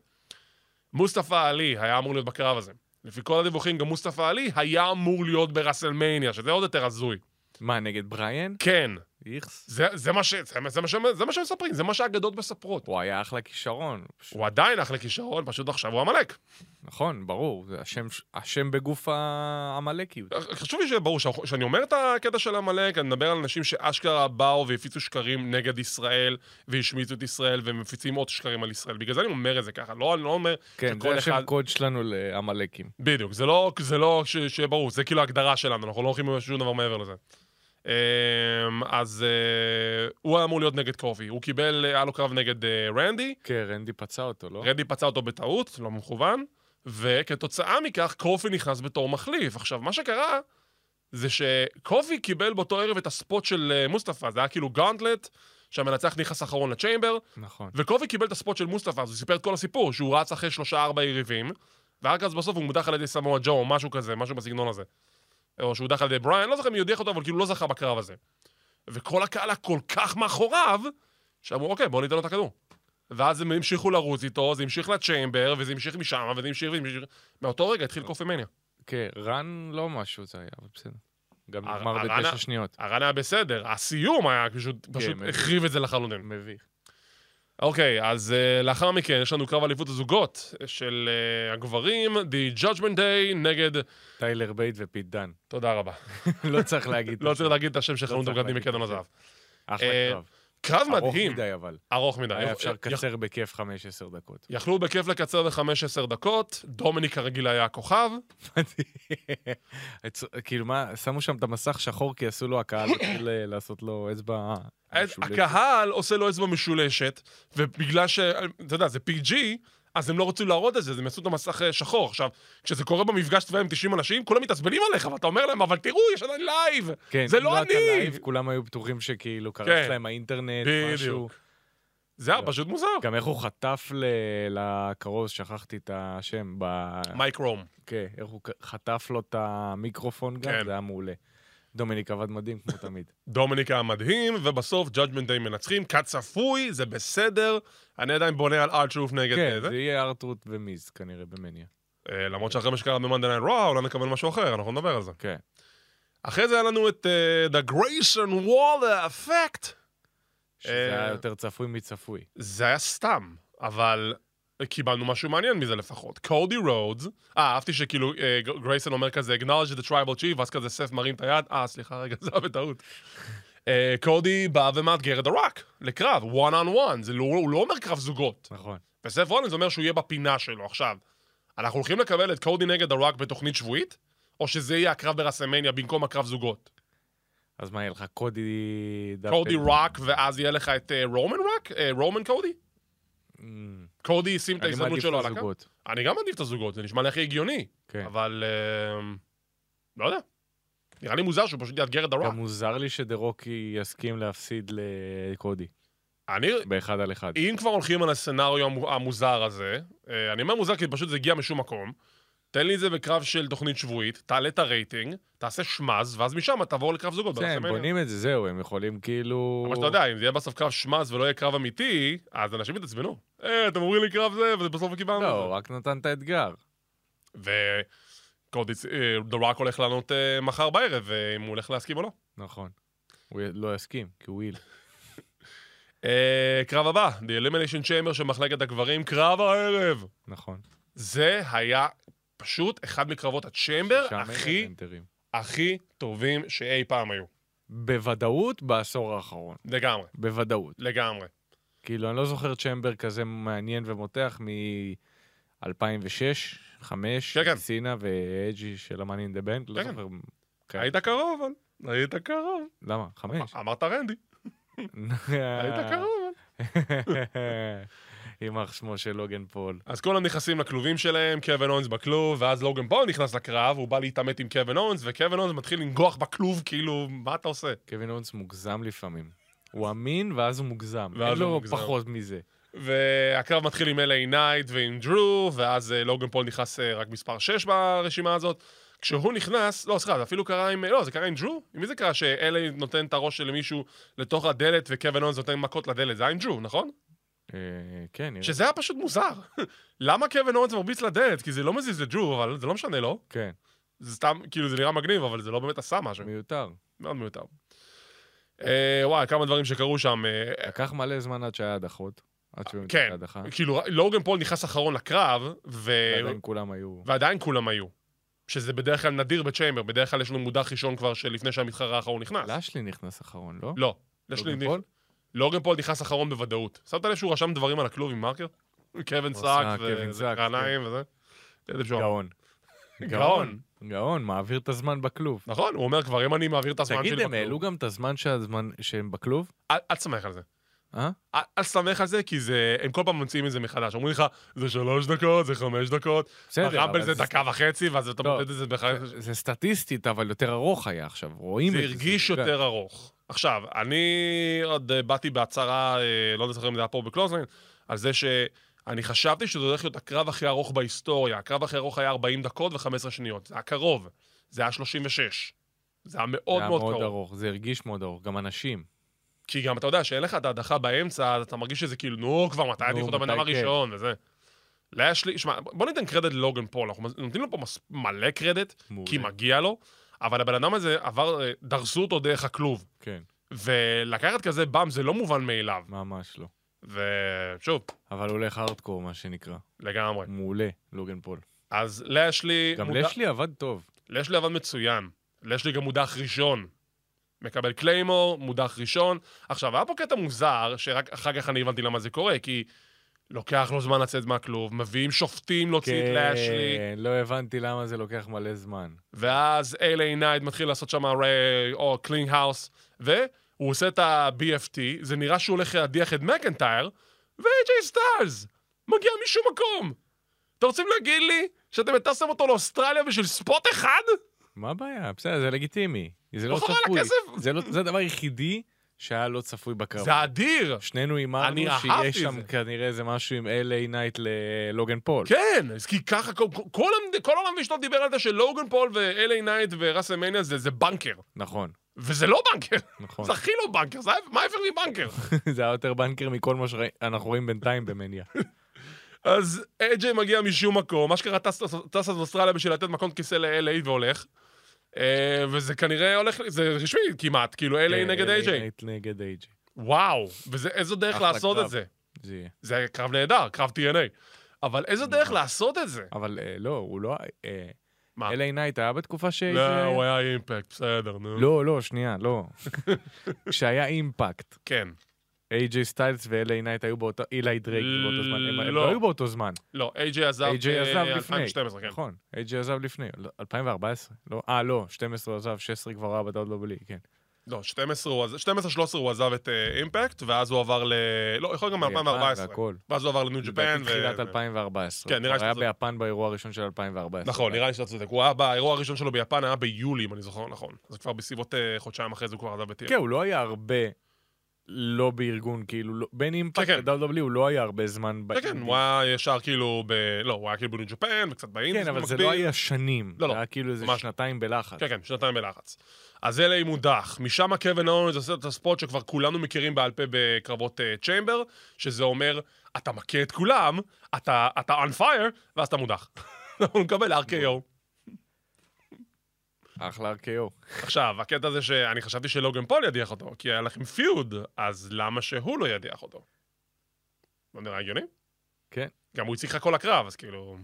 Speaker 3: מוסטפא עלי היה אמור להיות בקרב הזה. לפי כל הדיווחים, גם מוסטפא עלי היה אמור להיות ברסלמניה, שזה עוד יותר הזוי.
Speaker 4: (laughs) מה, נגד בריאן?
Speaker 3: כן,
Speaker 4: איכס?
Speaker 3: זה, זה, מה, ש, זה, מה- זה, מה, ש- זה מה שמספרים, זה מה שהאגדות מספרות.
Speaker 4: הוא היה אחלה כישרון. פשוט-
Speaker 3: הוא עדיין אחלה כישרון, פשוט עכשיו הוא עמלק.
Speaker 4: נכון, ברור. זה השם ש- השם בגוף העמלקיות.
Speaker 3: חשוב לי שיהיה ברור, שאנחנו- שאני אומר את הקטע של עמלק, אני מדבר על אנשים שאשכרה באו והפיצו שקרים נגד ישראל, והשמיצו את ישראל, והם מפיצים עוד שקרים על ישראל. בגלל זה אני אומר את זה ככה, לא, אני לא אומר
Speaker 4: כן,
Speaker 3: שכל
Speaker 4: זה השם
Speaker 3: אחד...
Speaker 4: קוד שלנו לעמלקים.
Speaker 3: בדיוק, זה לא, זה לא ש, שיהיה ברור, זה כאילו ההגדרה שלנו, אנחנו לא הולכים עם שום דבר מעבר לזה. אמ, אז אה, הוא היה אמור להיות נגד קובי, הוא קיבל, היה לו קרב נגד אה, רנדי,
Speaker 4: כן, רנדי פצע אותו, לא?
Speaker 3: רדי פצע אותו בטעות, לא במכוון, וכתוצאה מכך קופי נכנס בתור מחליף. עכשיו, מה שקרה זה שקופי קיבל באותו ערב את הספוט של אה, מוסטפא, זה היה כאילו גאונטלט, שהמנצח נכנס אחרון לצ'יימבר,
Speaker 4: נכון.
Speaker 3: וקופי קיבל את הספוט של מוסטפא, אז הוא סיפר את כל הסיפור, שהוא רץ אחרי שלושה-ארבע יריבים, ורק אז בסוף הוא מודח על ידי סמואל ג'ו, או משהו כזה, משהו בסגנון הזה. או שהוא הודח על ידי בריאן, לא זוכר מי הודיח אותו, אבל כאילו לא זכה בקרב הזה. וכל הקהל הכל כך מאחוריו, שאמרו, אוקיי, בואו ניתן לו את הכדור. ואז הם המשיכו לרוץ איתו, זה המשיך לצ'יימבר, וזה המשיך משם, וזה המשיך, וזה המשיך... מאותו רגע התחיל קופמניה.
Speaker 4: כן, רן לא משהו זה היה, אבל בסדר. גם
Speaker 3: הר-
Speaker 4: נגמר
Speaker 3: הרן ה-
Speaker 4: בתשע שניות.
Speaker 3: הרן היה בסדר, הסיום היה פשוט, פשוט
Speaker 4: באמת.
Speaker 3: החריב את זה לחלוטין.
Speaker 4: מביך.
Speaker 3: אוקיי, אז uh, לאחר מכן יש לנו קרב אליפות הזוגות של uh, הגברים, The Judgment Day נגד...
Speaker 4: טיילר בייט ופיט דן. (laughs)
Speaker 3: תודה רבה.
Speaker 4: לא צריך
Speaker 3: (laughs)
Speaker 4: להגיד.
Speaker 3: לא צריך להגיד את השם של חנות
Speaker 4: צריך
Speaker 3: הבגדים
Speaker 4: להגיד
Speaker 3: מקדון
Speaker 4: את השם.
Speaker 3: הזהב.
Speaker 4: אחלה
Speaker 3: אה,
Speaker 4: קרב.
Speaker 3: קרב
Speaker 4: ארוך
Speaker 3: מדהים. אה,
Speaker 4: מדי אבל.
Speaker 3: ארוך מדי.
Speaker 4: היה
Speaker 3: יכ-
Speaker 4: אפשר
Speaker 3: יכ-
Speaker 4: לקצר בכיף 15 דקות. (laughs)
Speaker 3: יכלו בכיף לקצר ב-15 דקות, דומיניק כרגיל היה הכוכב.
Speaker 4: הצ- כאילו מה, שמו שם את המסך שחור כי עשו
Speaker 3: (coughs)
Speaker 4: לו הקהל התחיל אה, לעשות לו אצבע. אה,
Speaker 3: אז
Speaker 4: משולשת.
Speaker 3: הקהל עושה לו אצבע משולשת, ובגלל ש... אתה יודע, זה PG, אז הם לא רצו להראות את זה, אז הם עשו את המסך אה, שחור. עכשיו, כשזה קורה במפגש צבאי עם 90 אנשים, כולם מתעצבנים עליך, ואתה אומר להם, אבל תראו, יש עדיין לייב!
Speaker 4: כן,
Speaker 3: זה
Speaker 4: אם
Speaker 3: לא
Speaker 4: היה את
Speaker 3: אני!
Speaker 4: הלייב, כולם היו בטוחים שכאילו
Speaker 3: כן.
Speaker 4: קרס להם האינטרנט,
Speaker 3: בדיוק.
Speaker 4: משהו.
Speaker 3: זה היה
Speaker 4: לא.
Speaker 3: פשוט מוזר.
Speaker 4: גם איך הוא חטף ל- לכרוז, שכחתי את השם. ב-
Speaker 3: מייק רום.
Speaker 4: כן, איך הוא ק- חטף לו את המיקרופון גם,
Speaker 3: כן.
Speaker 4: זה היה מעולה. דומיניק עבד מדהים כמו תמיד.
Speaker 3: (laughs) דומיניק היה מדהים, ובסוף Judgment Day מנצחים, כצפוי, זה בסדר. אני עדיין בונה על R-Truth נגד
Speaker 4: כן,
Speaker 3: אה,
Speaker 4: זה
Speaker 3: זה.
Speaker 4: יהיה ארטרוט ומיז כנראה במניה.
Speaker 3: אה, למרות שאחרי מה שקרה ב-Monday Night Raw, אולי נקבל משהו לא אחר, אנחנו נדבר על זה.
Speaker 4: כן.
Speaker 3: אחרי זה היה לנו את אה, The Grayson Waller Effect.
Speaker 4: שזה
Speaker 3: אה,
Speaker 4: היה יותר צפוי מצפוי.
Speaker 3: זה היה סתם, אבל קיבלנו משהו מעניין מזה לפחות. קודי רודס, אה, אהבתי שכאילו אה, ג- גרייסון אומר כזה, acknowledge the tribal chief, ואז כזה סף מרים את היד, אה, סליחה, רגע, (laughs) זה היה בטעות. אה, קודי בא ומאתגר את הרוק לקרב, one on one, זה לא, הוא לא אומר קרב זוגות.
Speaker 4: נכון.
Speaker 3: וסף רולינס אומר שהוא יהיה בפינה שלו עכשיו. אנחנו הולכים לקבל את קודי נגד הרוק בתוכנית שבועית, או שזה יהיה הקרב ברסמניה במקום הקרב זוגות?
Speaker 4: אז מה יהיה לך? קודי... דאפל?
Speaker 3: קודי רוק, ואז יהיה לך את אה, רומן רוק? אה, רומן קודי?
Speaker 4: Mm,
Speaker 3: קודי שים את
Speaker 4: אני
Speaker 3: ההזדמנות
Speaker 4: מעדיף
Speaker 3: שלו
Speaker 4: את
Speaker 3: על הקו.
Speaker 4: הזוגות.
Speaker 3: אני גם מעדיף את הזוגות, זה נשמע לי הכי הגיוני.
Speaker 4: כן.
Speaker 3: אבל... אה, לא יודע. נראה לי מוזר שהוא פשוט יאתגר את הרוק.
Speaker 4: גם מוזר לי שדה-רוקי יסכים להפסיד לקודי
Speaker 3: אני...
Speaker 4: באחד על אחד.
Speaker 3: אם כבר הולכים על הסצנריו המו- המוזר הזה, אה, אני אומר מוזר כי פשוט זה הגיע משום מקום, תן לי את זה בקרב של תוכנית שבועית, תעלה את הרייטינג, תעשה שמאז, ואז משם תעבור לקרב זוגות.
Speaker 4: זה, הם
Speaker 3: ברסלמניה.
Speaker 4: כן, בונים את זה, זהו, הם יכולים כאילו...
Speaker 3: אבל אתה יודע, אם זה יהיה בסוף קרב שמאז ולא יהיה קרב אמיתי, אז אנשים יתעצבנו. אה, אתם אומרים לי קרב זה, ובסוף קיבלנו את זה.
Speaker 4: לא, רק נתן את האתגר.
Speaker 3: וקודי, דה רק הולך לענות אה, מחר בערב, אה, אם הוא הולך להסכים או לא.
Speaker 4: נכון. הוא י- לא יסכים, כי הוא איל.
Speaker 3: אה, קרב הבא, The Elimination Chamber של מחלקת הגברים, קרב הערב.
Speaker 4: נכון.
Speaker 3: זה היה פשוט אחד מקרבות הצ'מבר
Speaker 4: שם אין
Speaker 3: הכי,
Speaker 4: אלמנטרים.
Speaker 3: הכי טובים שאי פעם היו.
Speaker 4: בוודאות בעשור האחרון.
Speaker 3: לגמרי,
Speaker 4: בוודאות.
Speaker 3: לגמרי.
Speaker 4: כאילו, אני לא זוכר צ'מבר כזה מעניין ומותח מ-2006, 2005,
Speaker 3: כן, כן.
Speaker 4: סינה ואג'י של המאני אין דה בנק, לא
Speaker 3: כן, כן.
Speaker 4: זוכר. כן.
Speaker 3: היית קרוב, אבל. היית קרוב.
Speaker 4: למה? חמש.
Speaker 3: אמרת רנדי.
Speaker 4: אה.
Speaker 3: אה,
Speaker 4: (laughs)
Speaker 3: היית קרוב, אבל.
Speaker 4: יימח שמו של לוגן פול.
Speaker 3: אז כולם נכנסים לכלובים שלהם, קווין אונס בכלוב, ואז לוגן פול נכנס לקרב, הוא בא להתעמת עם קווין אונס, וקווין אונס מתחיל לנגוח בכלוב, כאילו, מה אתה עושה?
Speaker 4: קווין אונס מוגזם לפעמים. הוא אמין ואז הוא מוגזם.
Speaker 3: ואז
Speaker 4: אין
Speaker 3: הוא
Speaker 4: לו
Speaker 3: מוגזם.
Speaker 4: פחות מזה.
Speaker 3: והקרב מתחיל עם LA נייט ועם דרו, ואז אה, לוגן פול נכנס אה, רק מספר 6 ברשימה הזאת. כשהוא נכנס, לא, סליחה, זה אפילו קרה עם, לא, זה קרה עם דרו? עם מי זה קרה ש-LA נותן את הראש של מישהו לתוך הדלת וקווין אונס נותן מכות לדלת? זה היה עם דרו, נכון?
Speaker 4: אה, כן, נראה.
Speaker 3: שזה היה פשוט מוזר. (laughs) למה קווין אונס מרביץ לדלת? כי זה לא מזיז לדרו, אבל זה לא משנה לו.
Speaker 4: כן,
Speaker 3: זה סתם, כאילו, זה נראה מגניב, אבל זה לא באמת עשה משהו.
Speaker 4: מיותר.
Speaker 3: מאוד מיותר. אה, וואי, כמה דברים שקרו שם. אה,
Speaker 4: לקח מלא זמן עד שהיה הדחות. עד שבאמת
Speaker 3: כן.
Speaker 4: הייתה הדחה.
Speaker 3: כאילו, לוגן פול נכנס אחרון לקרב, ו...
Speaker 4: אה. עדיין כולם היו...
Speaker 3: ועדיין כולם היו. שזה בדרך כלל נדיר בצ'יימבר, בדרך כלל יש לנו מודח ראשון כבר שלפני שהמתחרה האחרון נכנס.
Speaker 4: לשלי נכנס אחרון, לא?
Speaker 3: לא. יש לי-
Speaker 4: לוגן פול?
Speaker 3: לוגן פול נכנס אחרון בוודאות. שמת לב שהוא רשם דברים על הכלוב עם מרקר? קווין
Speaker 4: עשה
Speaker 3: סאק,
Speaker 4: קווין סאק, כן.
Speaker 3: וקרניים וזה. איזה פשוט.
Speaker 4: גאון.
Speaker 3: גאון.
Speaker 4: גאון, מעביר את הזמן בכלוב.
Speaker 3: נכון, הוא אומר כבר, אם אני מעביר את הזמן שלי
Speaker 4: תגיד, הם
Speaker 3: בכלוב."
Speaker 4: העלו גם את הזמן שהזמן שהם בכלוב?
Speaker 3: אל אל תסמך על זה.
Speaker 4: אה?
Speaker 3: אל- אל תסמך על זה, כי זה... הם כל פעם ממציאים את זה מחדש. אומרים לך, זה שלוש דקות, זה חמש דקות.
Speaker 4: בסדר,
Speaker 3: הרמבל
Speaker 4: אבל
Speaker 3: זה דקה וחצי, ואז אתה
Speaker 4: לא.
Speaker 3: מודד את זה בחיים.
Speaker 4: זה סטטיסטית, אבל יותר ארוך היה עכשיו, רואים את
Speaker 3: אה. זה
Speaker 4: זה.
Speaker 3: הרגיש
Speaker 4: זה-
Speaker 3: יותר ארוך. עכשיו, אני עוד אה, באתי בהצהרה, אה, לא זוכר אם זה היה פה בקלוזליין, על זה שאני חשבתי שזה הולך להיות הקרב הכי ארוך בהיסטוריה. הקרב הכי ארוך היה 40 דקות ו-15 שניות. זה היה קרוב. זה היה 36. זה היה
Speaker 4: זה
Speaker 3: מאוד
Speaker 4: היה
Speaker 3: מאוד
Speaker 4: מאוד
Speaker 3: קרוב.
Speaker 4: ארוך, זה הרגיש מאוד ארוך, גם אנשים.
Speaker 3: כי גם אתה יודע שאין לך את ההדחה באמצע, אז אתה מרגיש שזה כאילו, נו, כבר מתי
Speaker 4: נו,
Speaker 3: ידיחו את הבן
Speaker 4: מתי
Speaker 3: אדם
Speaker 4: כן.
Speaker 3: הראשון וזה. להשלי, שמע, בוא ניתן קרדיט ללוגן פול, אנחנו נותנים לו פה מס- מלא קרדיט,
Speaker 4: מעולה.
Speaker 3: כי מגיע לו, אבל הבן אדם הזה עבר, אה, דרסו אותו דרך הכלוב.
Speaker 4: כן,
Speaker 3: ולקחת כזה באם זה לא מובן מאליו.
Speaker 4: ממש לא.
Speaker 3: ושוב,
Speaker 4: אבל הוא הולך הארדקור, מה שנקרא.
Speaker 3: לגמרי.
Speaker 4: מעולה, לוגן פול.
Speaker 3: אז לשלי...
Speaker 4: גם
Speaker 3: מודע-
Speaker 4: לשלי עבד טוב.
Speaker 3: לשלי עבד מצוין. לשלי גם מודח ראשון. מקבל קליימור, מודח ראשון. עכשיו, היה פה קטע מוזר, שרק אחר כך אני הבנתי למה זה קורה, כי לוקח לו זמן לצאת מהכלוב, מביאים שופטים להוציא את לשלי,
Speaker 4: כן, לא הבנתי למה זה לוקח מלא זמן.
Speaker 3: ואז אלה נייד מתחיל לעשות שם הרי- או קלינג האוס, והוא עושה את ה-BFT, זה נראה שהוא הולך להדיח את מקנטייר, ו-AJ סטארס מגיע משום מקום. אתם רוצים להגיד לי שאתם הטסתם אותו לאוסטרליה בשביל ספוט אחד?
Speaker 4: מה הבעיה? בסדר, זה לגיטימי. זה לא
Speaker 3: לא חבל על
Speaker 4: צפוי.
Speaker 3: הכסף?
Speaker 4: זה לא- זה הדבר היחידי שהיה לא צפוי בקרב.
Speaker 3: זה אדיר.
Speaker 4: שנינו
Speaker 3: אני
Speaker 4: הימרנו
Speaker 3: אהבתי את
Speaker 4: שיש שם
Speaker 3: זה.
Speaker 4: כנראה איזה משהו עם LA נייט ללוגן פול.
Speaker 3: כן, אז כי ככה, כל, כל, המד- כל העולם ואשתו דיבר על זה שלוגן פול ואלה נייט וראסלמניה זה, זה בנקר.
Speaker 4: נכון,
Speaker 3: וזה לא בנקר,
Speaker 4: נכון.
Speaker 3: זה הכי לא בנקר, זה ההפ- מה ההפך מבנקר?
Speaker 4: (laughs) זה היה יותר בנקר מכל מה שאנחנו רואים
Speaker 3: (laughs)
Speaker 4: בינתיים במניה.
Speaker 3: אז אג'יי מגיע משום מקום, אשכרה טס טס עד אוסטרליה בשביל לתת מכון כיסא ל-LA והולך. אה, וזה כנראה הולך, זה רשמי כמעט, כאילו LA נגד
Speaker 4: אה,
Speaker 3: AJ.
Speaker 4: LA נגד AJ.
Speaker 3: וואו, ואיזו דרך
Speaker 4: אחלה
Speaker 3: לעשות
Speaker 4: קרב.
Speaker 3: את זה.
Speaker 4: זה יהיה.
Speaker 3: זה קרב נהדר, קרב TNA. אבל איזו דרך
Speaker 4: נכון.
Speaker 3: לעשות את זה?
Speaker 4: אבל אה, לא, הוא לא... אה,
Speaker 3: מה?
Speaker 4: LA נייט היה בתקופה ש...
Speaker 3: לא, הוא היה אימפקט, בסדר, נו.
Speaker 4: לא, לא, שנייה,
Speaker 3: (laughs)
Speaker 4: לא. כשהיה אימפקט,
Speaker 3: כן.
Speaker 4: AJ סטיילס ו-LA נייט היו באותו... אילי דרייק באותו זמן. הם- הם
Speaker 3: לא.
Speaker 4: לא היו באותו זמן.
Speaker 3: לא, AJ עזב
Speaker 4: AJ עזב
Speaker 3: ב-
Speaker 4: לפני.
Speaker 3: 2012, כן.
Speaker 4: נכון, AJ עזב לפני. לא, 2014. לא, אה, לא, 12 הוא עזב, 16 כבר היה ב-WWE, כן.
Speaker 3: לא, 12 הוא עזב, 12-13 הוא עזב את אה, אימפקט, ואז הוא עבר ל... לא, יכול להיות גם
Speaker 4: יפן
Speaker 3: ב-2014.
Speaker 4: והכל.
Speaker 3: ואז הוא עבר לניו ג'פן.
Speaker 4: לדעתי תחילת 2014.
Speaker 3: כן, נראה
Speaker 4: הוא היה
Speaker 3: שאתה צודק.
Speaker 4: ביפן באירוע הראשון של 2014.
Speaker 3: נכון, נראה לי שאתה צודק. הוא היה, באירוע הראשון שלו ביפן היה ביולי, אם אני זוכר נכון. אז כבר בסביבות אה, חודשיים אחרי זה הוא כבר עזב את
Speaker 4: כן, הוא לא היה הרבה לא בארגון, כאילו, לא- בין אימפקט
Speaker 3: כן, כן.
Speaker 4: ל-WWE הוא לא היה הרבה זמן
Speaker 3: כן, כן,
Speaker 4: באינדיז.
Speaker 3: הוא היה ישר כאילו ב... לא, הוא היה כאילו בניו ג'פן, וקצת באינדיס.
Speaker 4: כן, אבל זה
Speaker 3: במקביל.
Speaker 4: לא היה שנים.
Speaker 3: לא, לא.
Speaker 4: זה היה כאילו איזה
Speaker 3: ממש.
Speaker 4: שנתיים בלחץ.
Speaker 3: כן, כן, שנתיים בלחץ. אז אלה היא מודח. משם קווין אורנס עושה את הספוט שכבר כולנו מכירים בעל פה בקרבות אה, צ'יימבר, שזה אומר, אתה מכה את כולם, אתה, אתה on fire, ואז אתה מודח. (laughs) הוא מקבל RKO.
Speaker 4: אחלה RKO.
Speaker 3: עכשיו, הקטע זה שאני חשבתי שלוגן פול ידיח אותו, כי היה לכם פיוד, אז למה שהוא לא ידיח אותו? לא נראה הגיוני?
Speaker 4: כן.
Speaker 3: גם הוא הציג לך כל הקרב, אז כאילו...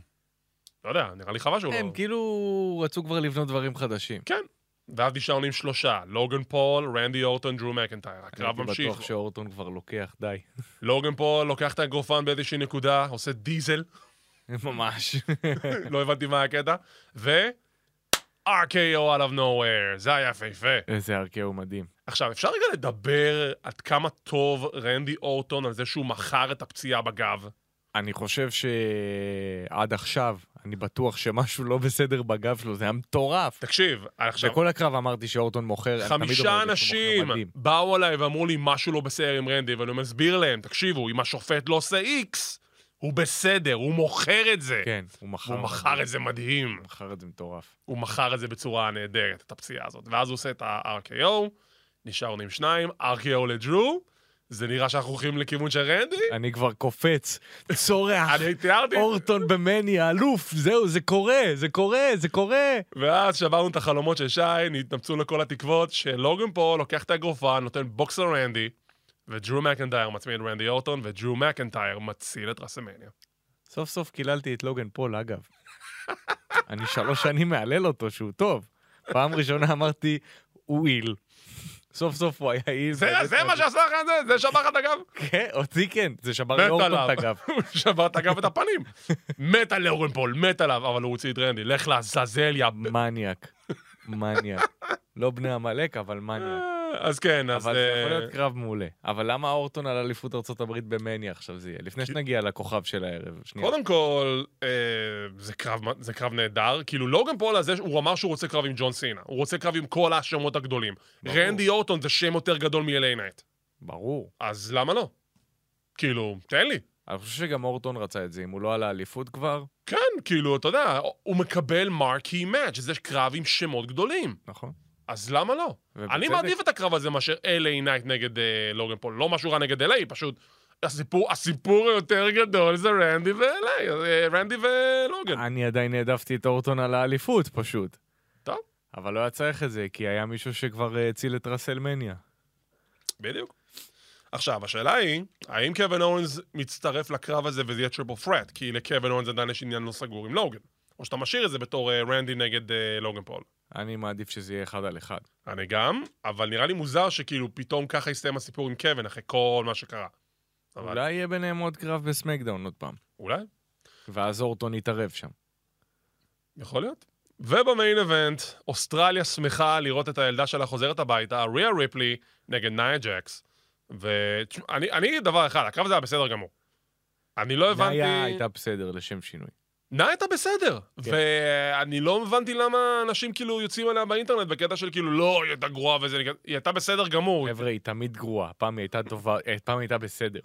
Speaker 3: לא יודע, נראה לי חבל שהוא לא...
Speaker 4: הם כאילו רצו כבר לבנות דברים חדשים.
Speaker 3: ואז נשארנו עם שלושה, לוגן פול, רנדי אורטון, דרו מקנטייר. הקרב
Speaker 4: אני הייתי
Speaker 3: כן, ממשיך.
Speaker 4: בטוח שאורטון כבר לוקח, די.
Speaker 3: לוגן פול לוקח את הגרופן באיזושהי נקודה, עושה
Speaker 4: (laughs)
Speaker 3: דיזל,
Speaker 4: ממש.
Speaker 3: לא הבנתי מה הקטע, ו... RKO out of nowhere, זה היה יפהפה.
Speaker 4: איזה RKO מדהים.
Speaker 3: עכשיו, אפשר רגע לדבר עד כמה טוב רנדי אורטון על זה שהוא מכר את הפציעה בגב?
Speaker 4: אני חושב שעד עכשיו, אני בטוח שמשהו לא בסדר בגב שלו, זה היה מטורף.
Speaker 3: תקשיב, עכשיו,
Speaker 4: בכל הקרב אמרתי שאורטון מוכר, אני תמיד אומר את זה שהוא
Speaker 3: חמישה
Speaker 4: מוכר
Speaker 3: אנשים
Speaker 4: מדהים.
Speaker 3: באו אליי ואמרו לי משהו לא בסדר עם רנדי, ואני מסביר להם, תקשיבו, אם השופט לא עושה איקס, הוא בסדר, הוא מוכר את זה.
Speaker 4: כן, הוא מכר.
Speaker 3: הוא מכר את זה מדהים.
Speaker 4: הוא מכר את זה מטורף.
Speaker 3: הוא מכר את זה בצורה נהדרת, את הפציעה הזאת. ואז הוא עושה את ה-RKO, נשארנו עם שניים, RKO לדרו, זה נראה שאנחנו הולכים לכיוון של רנדי,
Speaker 4: אני כבר קופץ, צורח,
Speaker 3: אני תיארתי.
Speaker 4: אורטון במניה, אלוף, זהו, זה קורה, זה קורה, זה קורה.
Speaker 3: ואז שברנו את החלומות של שי, התנפצו לכל התקוות, שלוגן פה לוקח את הגרופה, נותן בוקס לרנדי, ודרו מקנטייר מצמיד רנדי אורטון, ודרו מקנטייר מציל את רסמניה.
Speaker 4: סוף סוף קיללתי את לוגן
Speaker 3: (laughs)
Speaker 4: פול, אגב. אני שלוש שנים מהלל אותו שהוא טוב. פעם ראשונה אמרתי, הוא איל. סוף סוף הוא היה איל.
Speaker 3: זה
Speaker 4: באמת
Speaker 3: זה מה
Speaker 4: מדהים.
Speaker 3: שעשה לך את זה? זה שבר לך את הגב?
Speaker 4: כן, אותי כן, זה שבר לי
Speaker 3: מת
Speaker 4: אורטון
Speaker 3: עליו.
Speaker 4: את הגב.
Speaker 3: (laughs) הוא שבר את הגב ואת
Speaker 4: (laughs)
Speaker 3: הפנים. מת על אורן פול, מת עליו, אבל הוא הוציא את רנדי. לך לעזאזל, יא... ב-
Speaker 4: מניאק, מניאק. לא בני עמלק, אבל מניאק.
Speaker 3: אז כן, אז...
Speaker 4: אבל זה יכול
Speaker 3: אה,
Speaker 4: להיות קרב מעולה. אבל למה אורטון על אליפות ארה"ב במניה עכשיו זה יהיה? לפני שנגיע לכוכב של הערב. שנייה.
Speaker 3: קודם כל, אה, זה, קרב, זה קרב נהדר. כאילו, לוגן פול הזה, הוא אמר שהוא רוצה קרב עם ג'ון סינה. הוא רוצה קרב עם כל השמות הגדולים.
Speaker 4: ברור.
Speaker 3: רנדי אורטון זה שם יותר גדול מ-LA נייט.
Speaker 4: ברור.
Speaker 3: אז למה לא? כאילו, תן לי.
Speaker 4: אני חושב שגם אורטון רצה את זה, אם הוא לא על האליפות כבר.
Speaker 3: כן, כאילו, אתה יודע, הוא מקבל מרקי מאץ', שזה קרב עם שמות גדולים.
Speaker 4: נכון.
Speaker 3: אז למה לא?
Speaker 4: ובצדק.
Speaker 3: אני מעדיף את הקרב הזה מאשר LA נייט נגד אה, לוגן פול. לא משהו רע נגד LA, פשוט הסיפור, הסיפור היותר גדול זה רנדי ו-LA, אה, רנדי ולוגן.
Speaker 4: אני עדיין העדפתי את אורטון על האליפות, פשוט.
Speaker 3: טוב.
Speaker 4: אבל לא היה צריך את זה, כי היה מישהו שכבר אה, הציל את רסלמניה.
Speaker 3: בדיוק. עכשיו, השאלה היא, האם קווין אורנס מצטרף לקרב הזה וזה יהיה טריפל פרט? כי לקווין אורנס עדיין יש עניין לא סגור עם לוגן. או שאתה משאיר את זה בתור אה, רנדי נגד אה, לוגן פול.
Speaker 4: אני מעדיף שזה יהיה אחד על אחד.
Speaker 3: אני גם, אבל נראה לי מוזר שכאילו פתאום ככה הסתיים הסיפור עם קווין אחרי כל מה שקרה. אבל-
Speaker 4: אולי יהיה ביניהם עוד קרב בסמקדאון עוד פעם.
Speaker 3: אולי?
Speaker 4: ואז אורטון יתערב שם.
Speaker 3: יכול להיות. ובמיין איבנט, אוסטרליה שמחה לראות את הילדה שלה חוזרת הביתה, ריה ריפלי נגד נאיה ג'קס. ואני אני דבר אחד, הקרב הזה היה בסדר גמור. אני לא הבנתי...
Speaker 4: נאיה הייתה בסדר לשם שינוי.
Speaker 3: נא הייתה בסדר.
Speaker 4: כן.
Speaker 3: ואני לא הבנתי למה אנשים כאילו יוצאים עליה באינטרנט בקטע של כאילו, לא, היא הייתה גרועה וזה, היא הייתה בסדר גמור.
Speaker 4: חבר'ה, היא תמיד גרועה, פעם היא הייתה טובה, אה, פעם היא הייתה בסדר.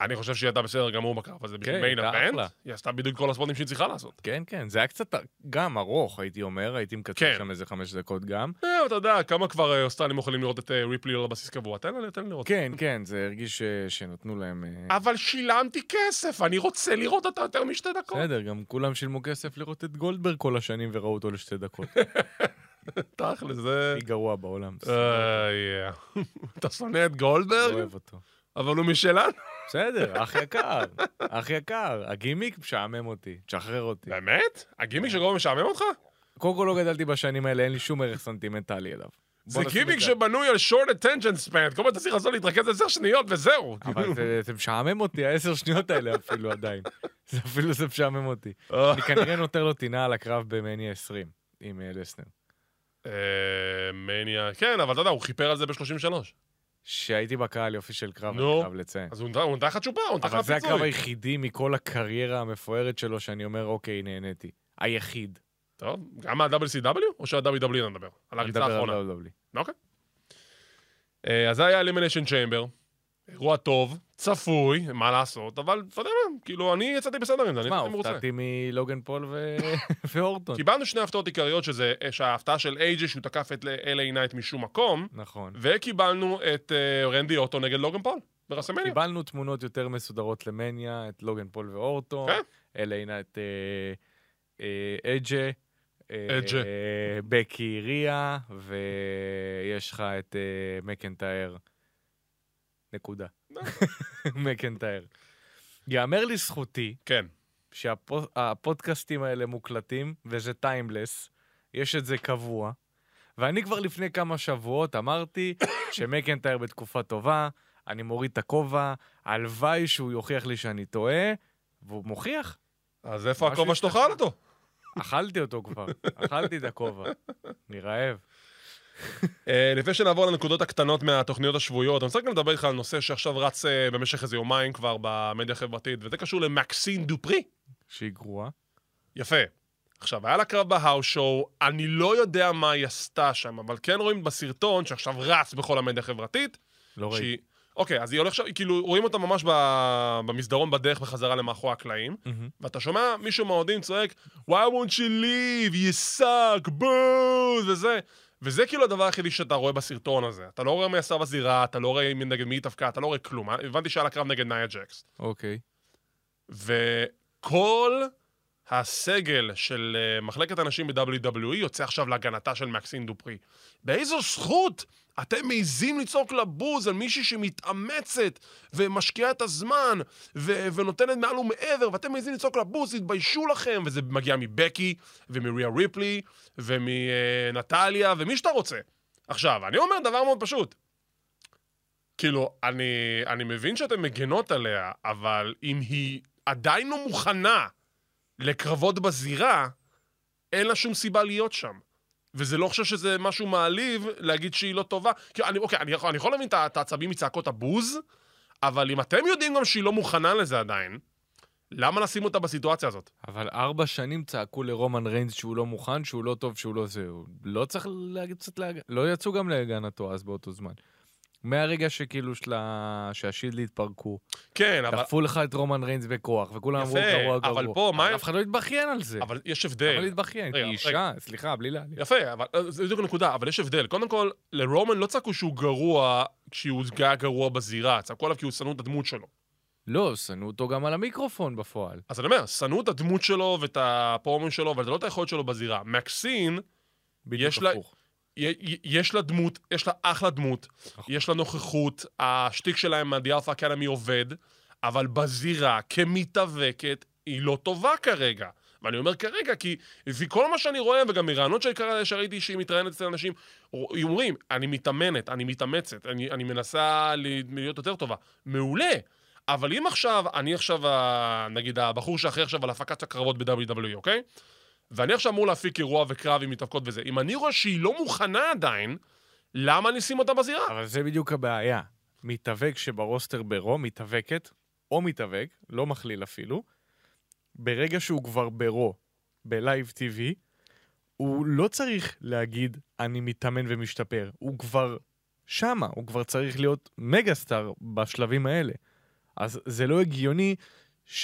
Speaker 3: אני חושב שהיא הייתה בסדר גמור בקרב הזה, בשביל
Speaker 4: כן,
Speaker 3: מיין
Speaker 4: הייתה
Speaker 3: אבנט.
Speaker 4: אחלה.
Speaker 3: היא עשתה בדיוק כל הספורטים שהיא צריכה לעשות.
Speaker 4: כן, כן, זה היה קצת גם ארוך, הייתי אומר, הייתי
Speaker 3: כן.
Speaker 4: מקצר שם איזה חמש דקות גם.
Speaker 3: אה, אבל אתה יודע, כמה כבר אה, אוסטרלים יכולים לראות את אה, ריפלי על בסיס קבוע? תן לה, תן לה לראות.
Speaker 4: כן, כן, זה הרגיש אה, שנתנו להם... אה,
Speaker 3: אבל שילמתי כסף, אני רוצה לראות אותה יותר משתי דקות.
Speaker 4: (laughs) בסדר, גם כולם שילמו כסף לראות את גולדברג כל השנים וראו אותו לשתי דקות.
Speaker 3: תכל'ס, זה...
Speaker 4: הכי גרוע בעולם.
Speaker 3: איי, (laughs) אה. אתה שונא את
Speaker 4: לא
Speaker 3: גולדברג?
Speaker 4: אוהב אותו.
Speaker 3: אבל הוא משלנו.
Speaker 4: בסדר, אח יקר, אח יקר. הגימיק משעמם אותי, תשחרר אותי.
Speaker 3: באמת? הגימיק של גולדברג משעמם אותך?
Speaker 4: קודם כל לא גדלתי בשנים האלה, אין לי שום ערך סנטימנטלי אליו.
Speaker 3: זה
Speaker 4: בוא נשים
Speaker 3: גימיק
Speaker 4: את
Speaker 3: שבנוי על short attention span. כל הזמן אתה צריך לעשות להתרכז עשר שניות וזהו.
Speaker 4: אבל
Speaker 3: כאילו.
Speaker 4: זה- זה משעמם אותי, העשר שניות האלה אפילו עדיין. זה אפילו זה משעמם
Speaker 3: (laughs)
Speaker 4: אותי.
Speaker 3: אה.
Speaker 4: אני כנראה נותר לו טינה על הקרב במאניה 20 עם אה, לסנר.
Speaker 3: אה, מניה, כן, אבל אתה יודע, הוא כיפר על זה ב-33.
Speaker 4: שהייתי בקהל יופי של קרב,
Speaker 3: נו.
Speaker 4: אני חייב לציין.
Speaker 3: אז הוא נתן- הוא נתן לך צ'ופר, הוא נתן לך
Speaker 4: אבל זה הקרב
Speaker 3: פיצוי.
Speaker 4: היחידי מכל הקריירה המפוארת שלו שאני אומר, אוקיי, נהניתי. היחיד.
Speaker 3: טוב, גם מה-WCW או שה-WW נדבר? על הריצה
Speaker 4: אני מדבר
Speaker 3: האחרונה.
Speaker 4: על E. WWE.
Speaker 3: אה, אז זה היה אלימיניישן צ'יימבר, אירוע טוב, צפוי, מה לעשות, אבל אתה יודע מה, כאילו, אני יצאתי בסדר עם זה, אני
Speaker 4: שמע,
Speaker 3: יצאתי מרוצה.
Speaker 4: הופתעתי מלוגן פול ו-
Speaker 3: (laughs)
Speaker 4: ואורטון.
Speaker 3: קיבלנו שני הפתעות עיקריות, שזה אה, שההפתעה של אייג'י שהוא תקף את LA נייט משום מקום,
Speaker 4: נכון.
Speaker 3: וקיבלנו את אה, רנדי אוטו נגד לוגן פול, ברסמניה.
Speaker 4: קיבלנו תמונות יותר מסודרות למניה, את לוגן פול ואורטון,
Speaker 3: כן.
Speaker 4: אליינה את אה, אה, אג'ה, אה,
Speaker 3: אג'ה.
Speaker 4: אה, בקי ריה, ויש לך את אה, מקנטייר. נקודה.
Speaker 3: נכון.
Speaker 4: (laughs) מקנטייר. יאמר לזכותי
Speaker 3: כן,
Speaker 4: שהפודקאסטים האלה מוקלטים, וזה טיימלס, יש את זה קבוע. ואני כבר לפני כמה שבועות אמרתי (coughs) שמקנטייר בתקופה טובה, אני מוריד את הכובע, הלוואי שהוא יוכיח לי שאני טועה, והוא מוכיח.
Speaker 3: אז איפה
Speaker 4: משהו
Speaker 3: הכובע שתאכל אותו?
Speaker 4: אכלתי אותו כבר, אכלתי את הכובע. אני רעב.
Speaker 3: אה, לפני שנעבור לנקודות הקטנות מהתוכניות השבועיות, אני רוצה גם לדבר איתך על נושא שעכשיו רץ אה, במשך איזה יומיים כבר במדיה החברתית, וזה קשור למקסין דופרי.
Speaker 4: שהיא גרועה.
Speaker 3: יפה. עכשיו, היה לה קרב בהאוס שואו, אני לא יודע מה היא עשתה שם, אבל כן רואים בסרטון שעכשיו רץ בכל המדיה החברתית,
Speaker 4: לא ראיתי.
Speaker 3: שהיא... אוקיי, אז היא הולכת, ש- כאילו, רואים אותה ממש ב... במסדרון בדרך בחזרה למאחורי הקלעים,
Speaker 4: מהמם.
Speaker 3: ואתה שומע מישהו מהאוהדים צועק, why won't she leave, you suck, boo, וזה. וזה כאילו הדבר היחידי שאתה רואה בסרטון הזה. אתה לא רואה מי עשה בזירה, אתה לא רואה מי- נגד מי היא דווקא, אתה לא רואה כלום. הבנתי שהיה לה קרב נגד נאיה ג'קס.
Speaker 4: אוקיי.
Speaker 3: וכל הסגל של אה, מחלקת הנשים ב-WWE יוצא עכשיו להגנתה של מקסין דופרי. באיזו זכות אתם מעיזים לצעוק לבוז על מישהי שמתאמצת ומשקיעה את הזמן ו- ונותנת מעל ומעבר, ואתם מעיזים לצעוק לבוז, תתביישו לכם! וזה מגיע מבקי ומריה ריפלי ומנטליה ומי שאתה רוצה. עכשיו, אני אומר דבר מאוד פשוט. כאילו, אני, אני מבין שאתן מגנות עליה, אבל אם היא עדיין לא מוכנה לקרבות בזירה, אין לה שום סיבה להיות שם. וזה לא חושב שזה משהו מעליב להגיד שהיא לא טובה. כאילו, אני, אוקיי, אני יכול, אני יכול להבין את ה- את העצבים מצעקות הבוז, אבל אם אתם יודעים גם שהיא לא מוכנה לזה עדיין, למה לשים אותה בסיטואציה הזאת?
Speaker 4: אבל ארבע שנים צעקו לרומן ריינס שהוא לא מוכן, שהוא לא טוב, שהוא לא זה. הוא לא צריך להגיד קצת להג... לא יצאו גם להגנתו אז באותו זמן. מהרגע שכאילו שלה... שהשילד התפרקו,
Speaker 3: כן, אבל,
Speaker 4: דחפו לך את רומן ריינס בכוח, וכולם אמרו
Speaker 3: יפה,
Speaker 4: גרוע גרוע.
Speaker 3: אבל פה, מה-
Speaker 4: אף אחד לא התבכיין על זה.
Speaker 3: אבל יש
Speaker 4: אבל
Speaker 3: הבדל.
Speaker 4: להתבכיין, כי
Speaker 3: רגע,
Speaker 4: היא אישה, סליחה, בלי להעליב.
Speaker 3: יפה, אבל אה, זה בדיוק הנקודה, אבל יש הבדל. קודם כל, לרומן לא צעקו שהוא גרוע כשהוא היה גרוע בזירה, צעקו עליו כי הוא שנוא את הדמות שלו.
Speaker 4: לא, שנאו אותו גם על המיקרופון בפועל.
Speaker 3: אז אני אומר, שנאו את הדמות שלו ואת הפרומים שלו, אבל זה לא את היכולת שלו בזירה. מקסין,
Speaker 4: בדיוק
Speaker 3: יש לה-
Speaker 4: הפוך.
Speaker 3: י- י- יש לה דמות, יש לה אחלה דמות, נכון. יש לה נוכחות, השטיק שלה עם ה-The Alpha Academy עובד, אבל בזירה, כמתאבקת, היא לא טובה כרגע. ואני אומר כרגע, כי לפי כל מה שאני רואה, וגם מרעיונות שקרה- שראיתי שהיא מתראיינת אצל אנשים, רוא- היא אומרים, אני מתאמנת, אני מתאמצת, אני, אני מנסה ל- להיות יותר טובה. מעולה. אבל אם עכשיו, אני עכשיו, ה- נגיד, הבחור שאחראי עכשיו על הפקת הקרבות ב-WWE, אוקיי? ואני עכשיו אמור להפיק אירוע וקרב עם מתאבקות וזה. אם אני רואה שהיא לא מוכנה עדיין, למה אני אשים אותה בזירה?
Speaker 4: אבל זה בדיוק הבעיה. מתאבק שברוסטר ברום, מתאבקת, או מתאבק, לא מכליל אפילו, ברגע שהוא כבר ברו, בלייב טיווי, הוא לא צריך להגיד, אני מתאמן ומשתפר. הוא כבר שמה, הוא כבר צריך להיות מגה סטאר בשלבים האלה. אז זה לא הגיוני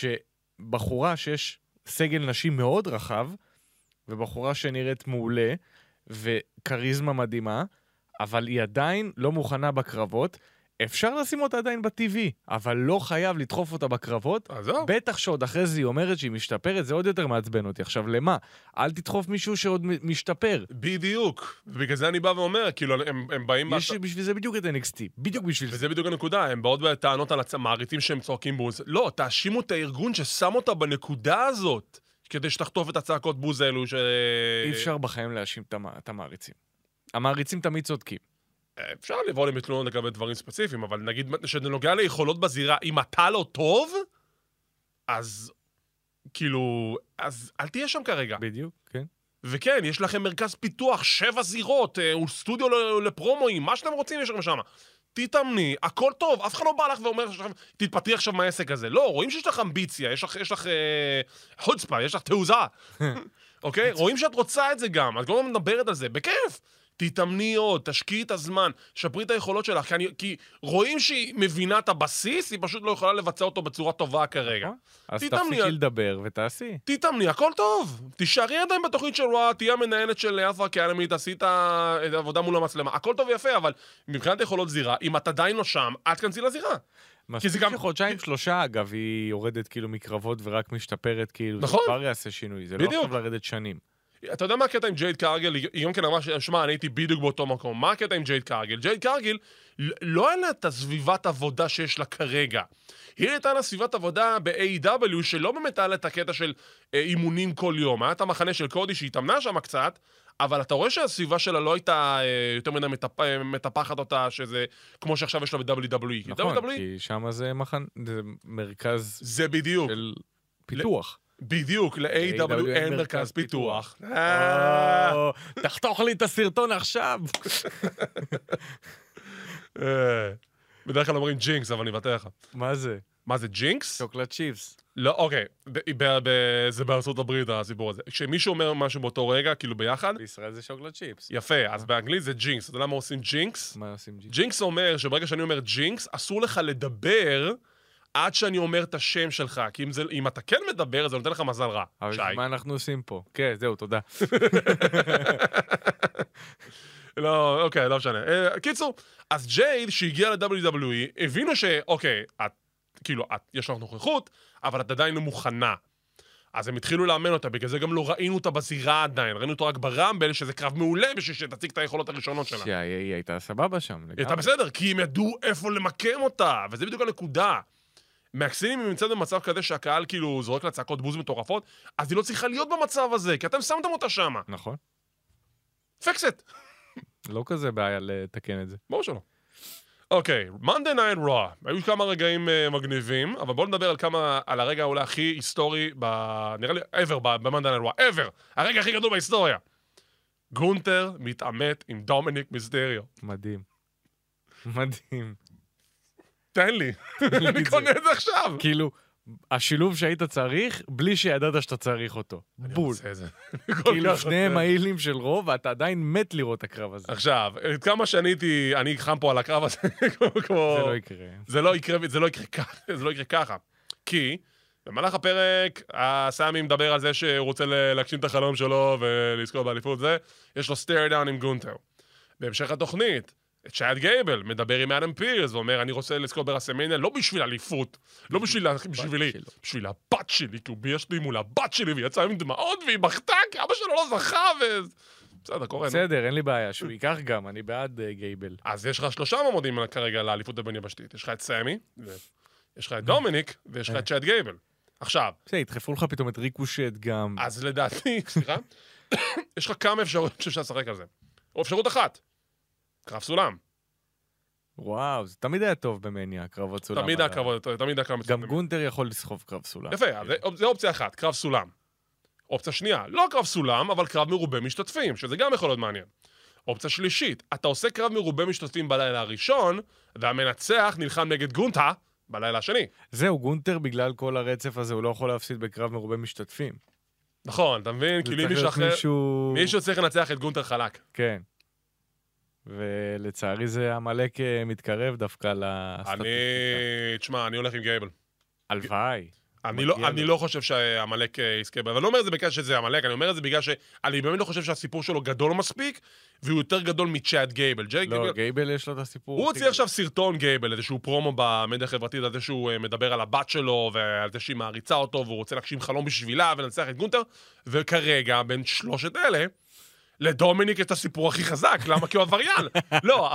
Speaker 4: שבחורה שיש סגל נשים מאוד רחב, ובחורה שנראית מעולה, וכריזמה מדהימה, אבל היא עדיין לא מוכנה בקרבות, אפשר לשים אותה עדיין בטבעי, אבל לא חייב לדחוף אותה בקרבות.
Speaker 3: עזוב.
Speaker 4: בטח שעוד אחרי זה היא אומרת שהיא משתפרת, זה עוד יותר מעצבן אותי. עכשיו, למה? אל תדחוף מישהו שעוד מ- משתפר.
Speaker 3: בדיוק. ובגלל זה אני בא ואומר, כאילו, הם הם באים...
Speaker 4: יש בשביל זה בדיוק את NXT, בדיוק בשביל זה.
Speaker 3: וזה בדיוק הנקודה, הם באות בטענות על המעריצים שהם צועקים בוז. לא, תאשימו את הארגון ששם אותה בנקודה הזאת, כדי שתחטוף את הצעקות בוז האלו ש...
Speaker 4: אי אפשר בחיים להאשים את המ- את המעריצים. המעריצים תמיד צודקים.
Speaker 3: אפשר לבוא אליהם בתלונות לגבי דברים ספציפיים, אבל נגיד, כשזה נוגע ליכולות בזירה, אם אתה לא טוב, אז כאילו, אז אל תהיה שם כרגע.
Speaker 4: בדיוק, כן.
Speaker 3: וכן, יש לכם מרכז פיתוח, שבע זירות, אה, סטודיו ל- לפרומואים, מה שאתם רוצים יש לכם שם. תתאמני, הכל טוב, אף אחד לא בא לך ואומר לך, תתפטרי עכשיו מהעסק הזה. לא, רואים שיש לך אמביציה, יש לך, יש לך אה, חוצפה, יש לך
Speaker 4: (laughs)
Speaker 3: תעוזה. אוקיי? רואים שאת רוצה את זה גם, את כל הזמן מדברת על זה, בכיף. תתאמני עוד, תשקיעי את הזמן, שפרי את היכולות שלך, כי, אני, כי רואים שהיא מבינה את הבסיס, היא פשוט לא יכולה לבצע אותו בצורה טובה כרגע.
Speaker 4: נכון. אז
Speaker 3: תתאמני
Speaker 4: תפסיקי
Speaker 3: על-
Speaker 4: לדבר ותעשי.
Speaker 3: תתאמני, הכל טוב. תישארי עדיין בתוכנית של וואו, תהיי המנהלת של יפה כאלמית, עשית את העבודה מול המצלמה. הכל טוב ויפה, אבל מבחינת יכולות זירה, אם את עדיין לא שם, אל תכנסי לזירה.
Speaker 4: מספיק
Speaker 3: גם-
Speaker 4: שחודשיים שלושה, אגב, היא יורדת כאילו מקרבות ורק משתפרת, כאילו,
Speaker 3: נכון.
Speaker 4: זה כבר יעשה שינוי, זה
Speaker 3: בדיוק.
Speaker 4: לא עכשיו לרדת שנים.
Speaker 3: אתה יודע מה הקטע עם ג'ייד קרגל? היא גם כן אמרה, ש- שמע, אני הייתי בדיוק באותו מקום. מה הקטע עם ג'ייד קרגל? ג'ייד קרגל, ל- לא אין לה את הסביבת עבודה שיש לה כרגע. היא הייתה לה סביבת עבודה ב-AW, שלא באמת היה לה את הקטע של אה, אימונים כל יום. היה את המחנה של קודי שהתאמנה שם קצת, אבל אתה רואה שהסביבה שלה לא הייתה אה, יותר מדי מטפ... אה, מטפחת אותה, שזה כמו שעכשיו יש לה E ב-WWE.
Speaker 4: נכון,
Speaker 3: WWE
Speaker 4: כי שם זה מחן... זה מרכז
Speaker 3: זה בדיוק.
Speaker 4: של E פיתוח.
Speaker 3: בדיוק, ל-AW אין מרכז פיתוח. אה,
Speaker 4: או, תחתוך לי את
Speaker 3: (laughs)
Speaker 4: הסרטון עכשיו!
Speaker 3: אה. בדרך כלל אומרים ג'ינקס, אבל אני אבטא לך.
Speaker 4: מה זה?
Speaker 3: מה זה, ג'ינקס?
Speaker 4: שוקולד צ'יפס.
Speaker 3: לא, אוקיי, ב- ב- ב- זה בארצות הברית הסיפור הזה. כשמישהו אומר משהו באותו רגע, כאילו ביחד,
Speaker 4: בישראל זה שוקולד צ'יפס.
Speaker 3: יפה, אז באנגלית זה ג'ינקס. אתה יודע למה עושים ג'ינקס?
Speaker 4: מה עושים ג'י?
Speaker 3: ג'ינקס אומר שברגע שאני אומר ג'ינקס, אסור לך לדבר עד שאני אומר את השם שלך, כי אם, זה, אם אתה כן מדבר, זה נותן לך מזל רע,
Speaker 4: אבל
Speaker 3: שי.
Speaker 4: מה אנחנו עושים פה? כן, זהו, תודה.
Speaker 3: לא, אוקיי, לא משנה. אה, קיצור, אז ג'ייד, שהגיע ל-WWE, הבינו שאוקיי, את, כאילו, את, יש לך נוכחות, אבל את עדיין לא מוכנה. אז הם התחילו לאמן אותה, בגלל זה גם לא ראינו אותה בזירה עדיין, ראינו אותה רק ברמבל, שזה קרב מעולה בשביל שתציג את היכולות הראשונות שלה.
Speaker 4: שהיא היא הייתה סבבה שם, לגמרי.
Speaker 3: היא הייתה בסדר, כי הם ידעו איפה למקם אותה, וזה בדיוק הנקודה. מהקסינים היא נמצאת במצב כזה שהקהל כאילו זורק לה צעקות בוז מטורפות, אז היא לא צריכה להיות במצב הזה, כי אתם שמתם אותה שמה.
Speaker 4: נכון.
Speaker 3: פקסט.
Speaker 4: לא כזה בעיה לתקן את זה.
Speaker 3: ברור שלא. אוקיי, Monday Night Raw. היו כמה רגעים אה, מגניבים, אבל בואו נדבר על כמה, על הרגע אולי הכי היסטורי, ב... נראה לי, ever ב- ב-Monday Night Raw, ever! הרגע הכי גדול בהיסטוריה. גונטר מתעמת עם דומיניק מיסטריו.
Speaker 4: מדהים. (laughs) מדהים.
Speaker 3: תן לי, אני
Speaker 4: את זה.
Speaker 3: קונה את זה עכשיו!
Speaker 4: כאילו, השילוב שהיית צריך, בלי שידעת שאתה צריך אותו.
Speaker 3: אני
Speaker 4: בול.
Speaker 3: רוצה את
Speaker 4: (laughs)
Speaker 3: זה. אני כל
Speaker 4: כאילו,
Speaker 3: כך
Speaker 4: שניהם
Speaker 3: רוצה.
Speaker 4: העילים של רוב, ואתה עדיין מת לראות את הקרב הזה.
Speaker 3: עכשיו, את כמה שאני הייתי, אני חם פה על הקרב הזה, (laughs) כמו- כמו...
Speaker 4: זה לא יקרה.
Speaker 3: זה לא יקרה, זה לא יקרה ככה, (laughs) זה לא יקרה ככה. כי במהלך הפרק, הסמי מדבר על זה שהוא רוצה ל- להגשים את החלום שלו ולזכור באליפות זה, יש לו סטייר דאון עם גונטר. בהמשך התוכנית, צ'אד גייבל מדבר עם אדם פירס ואומר, אני רוצה לזכור ברסמניה לא בשביל אליפות, לא בשביל, בשבילי,
Speaker 4: שלו."
Speaker 3: בשביל הבת שלי, כי הוא בייש לי מול הבת שלי והיא יצאה עם דמעות והיא בכתה כי אבא שלו לא זכה ו... בסדר, קורה. נו.
Speaker 4: בסדר, אין לי בעיה, שהוא ייקח גם, אני בעד אה, גייבל.
Speaker 3: אז יש לך שלושה מועמדים כרגע לאליפות הבין-יבשתית. יש לך את סמי, ו- יש לך את דומיניק, ויש לך את צ'אט גייבל. עכשיו,
Speaker 4: בסדר, ידחפו לך פתאום את ריקושט גם.
Speaker 3: אז לדעתי, סליחה, יש לך כמה אפשרויות שאפשר לשחק על זה. או אפשרות אחת, קרב סולם.
Speaker 4: וואו, זה תמיד היה טוב במניה, הקרבות סולם.
Speaker 3: תמיד
Speaker 4: הללו.
Speaker 3: הקרב, תמיד הקרב
Speaker 4: גם
Speaker 3: מצוין.
Speaker 4: גונטר יכול לסחוב קרב סולם.
Speaker 3: יפה, אז זה- זה אופציה אחת, קרב סולם. אופציה שנייה, לא קרב סולם, אבל קרב מרובה משתתפים, שזה גם יכול להיות מעניין. אופציה שלישית, אתה עושה קרב מרובה משתתפים בלילה הראשון, והמנצח נלחם נגד גונטה בלילה השני.
Speaker 4: זהו, גונטר בגלל כל הרצף הזה, הוא לא יכול להפסיד בקרב מרובה משתתפים.
Speaker 3: נכון, אתה מבין?
Speaker 4: זה
Speaker 3: כאילו אם
Speaker 4: צריך
Speaker 3: מישהו
Speaker 4: להיות
Speaker 3: אחר...
Speaker 4: מישהו...
Speaker 3: מישהו צריך לנצח את גונטר חלק.
Speaker 4: כן. ולצערי זה עמלק אה, מתקרב דווקא לסטטיסטיקה.
Speaker 3: אני... תשמע, אני הולך עם גייבל.
Speaker 4: הלוואי.
Speaker 3: אני לא,
Speaker 4: מגיע
Speaker 3: אני
Speaker 4: לו.
Speaker 3: לא חושב שעמלק אה, יזכה, ב- אבל אני לא אומר את זה בגלל שזה עמלק, אני אומר את זה בגלל שאני באמת לא חושב שהסיפור שלו גדול מספיק, והוא יותר גדול מצ'אט גייבל. ג'ייק
Speaker 4: לא,
Speaker 3: גייבל...
Speaker 4: גייבל יש לו את הסיפור.
Speaker 3: הוא
Speaker 4: הכי
Speaker 3: הוציא עכשיו סרטון גייבל, איזשהו פרומו במדיה החברתית, על זה שהוא אה, מדבר על הבת שלו, ועל זה שהיא מעריצה אותו, והוא רוצה להגשים חלום בשבילה ולנצח את גונטר, וכרגע, בין שלושת אלה, לדומיניק יש את הסיפור הכי חזק, למה? כי הוא
Speaker 4: (laughs)
Speaker 3: עבריין. לא,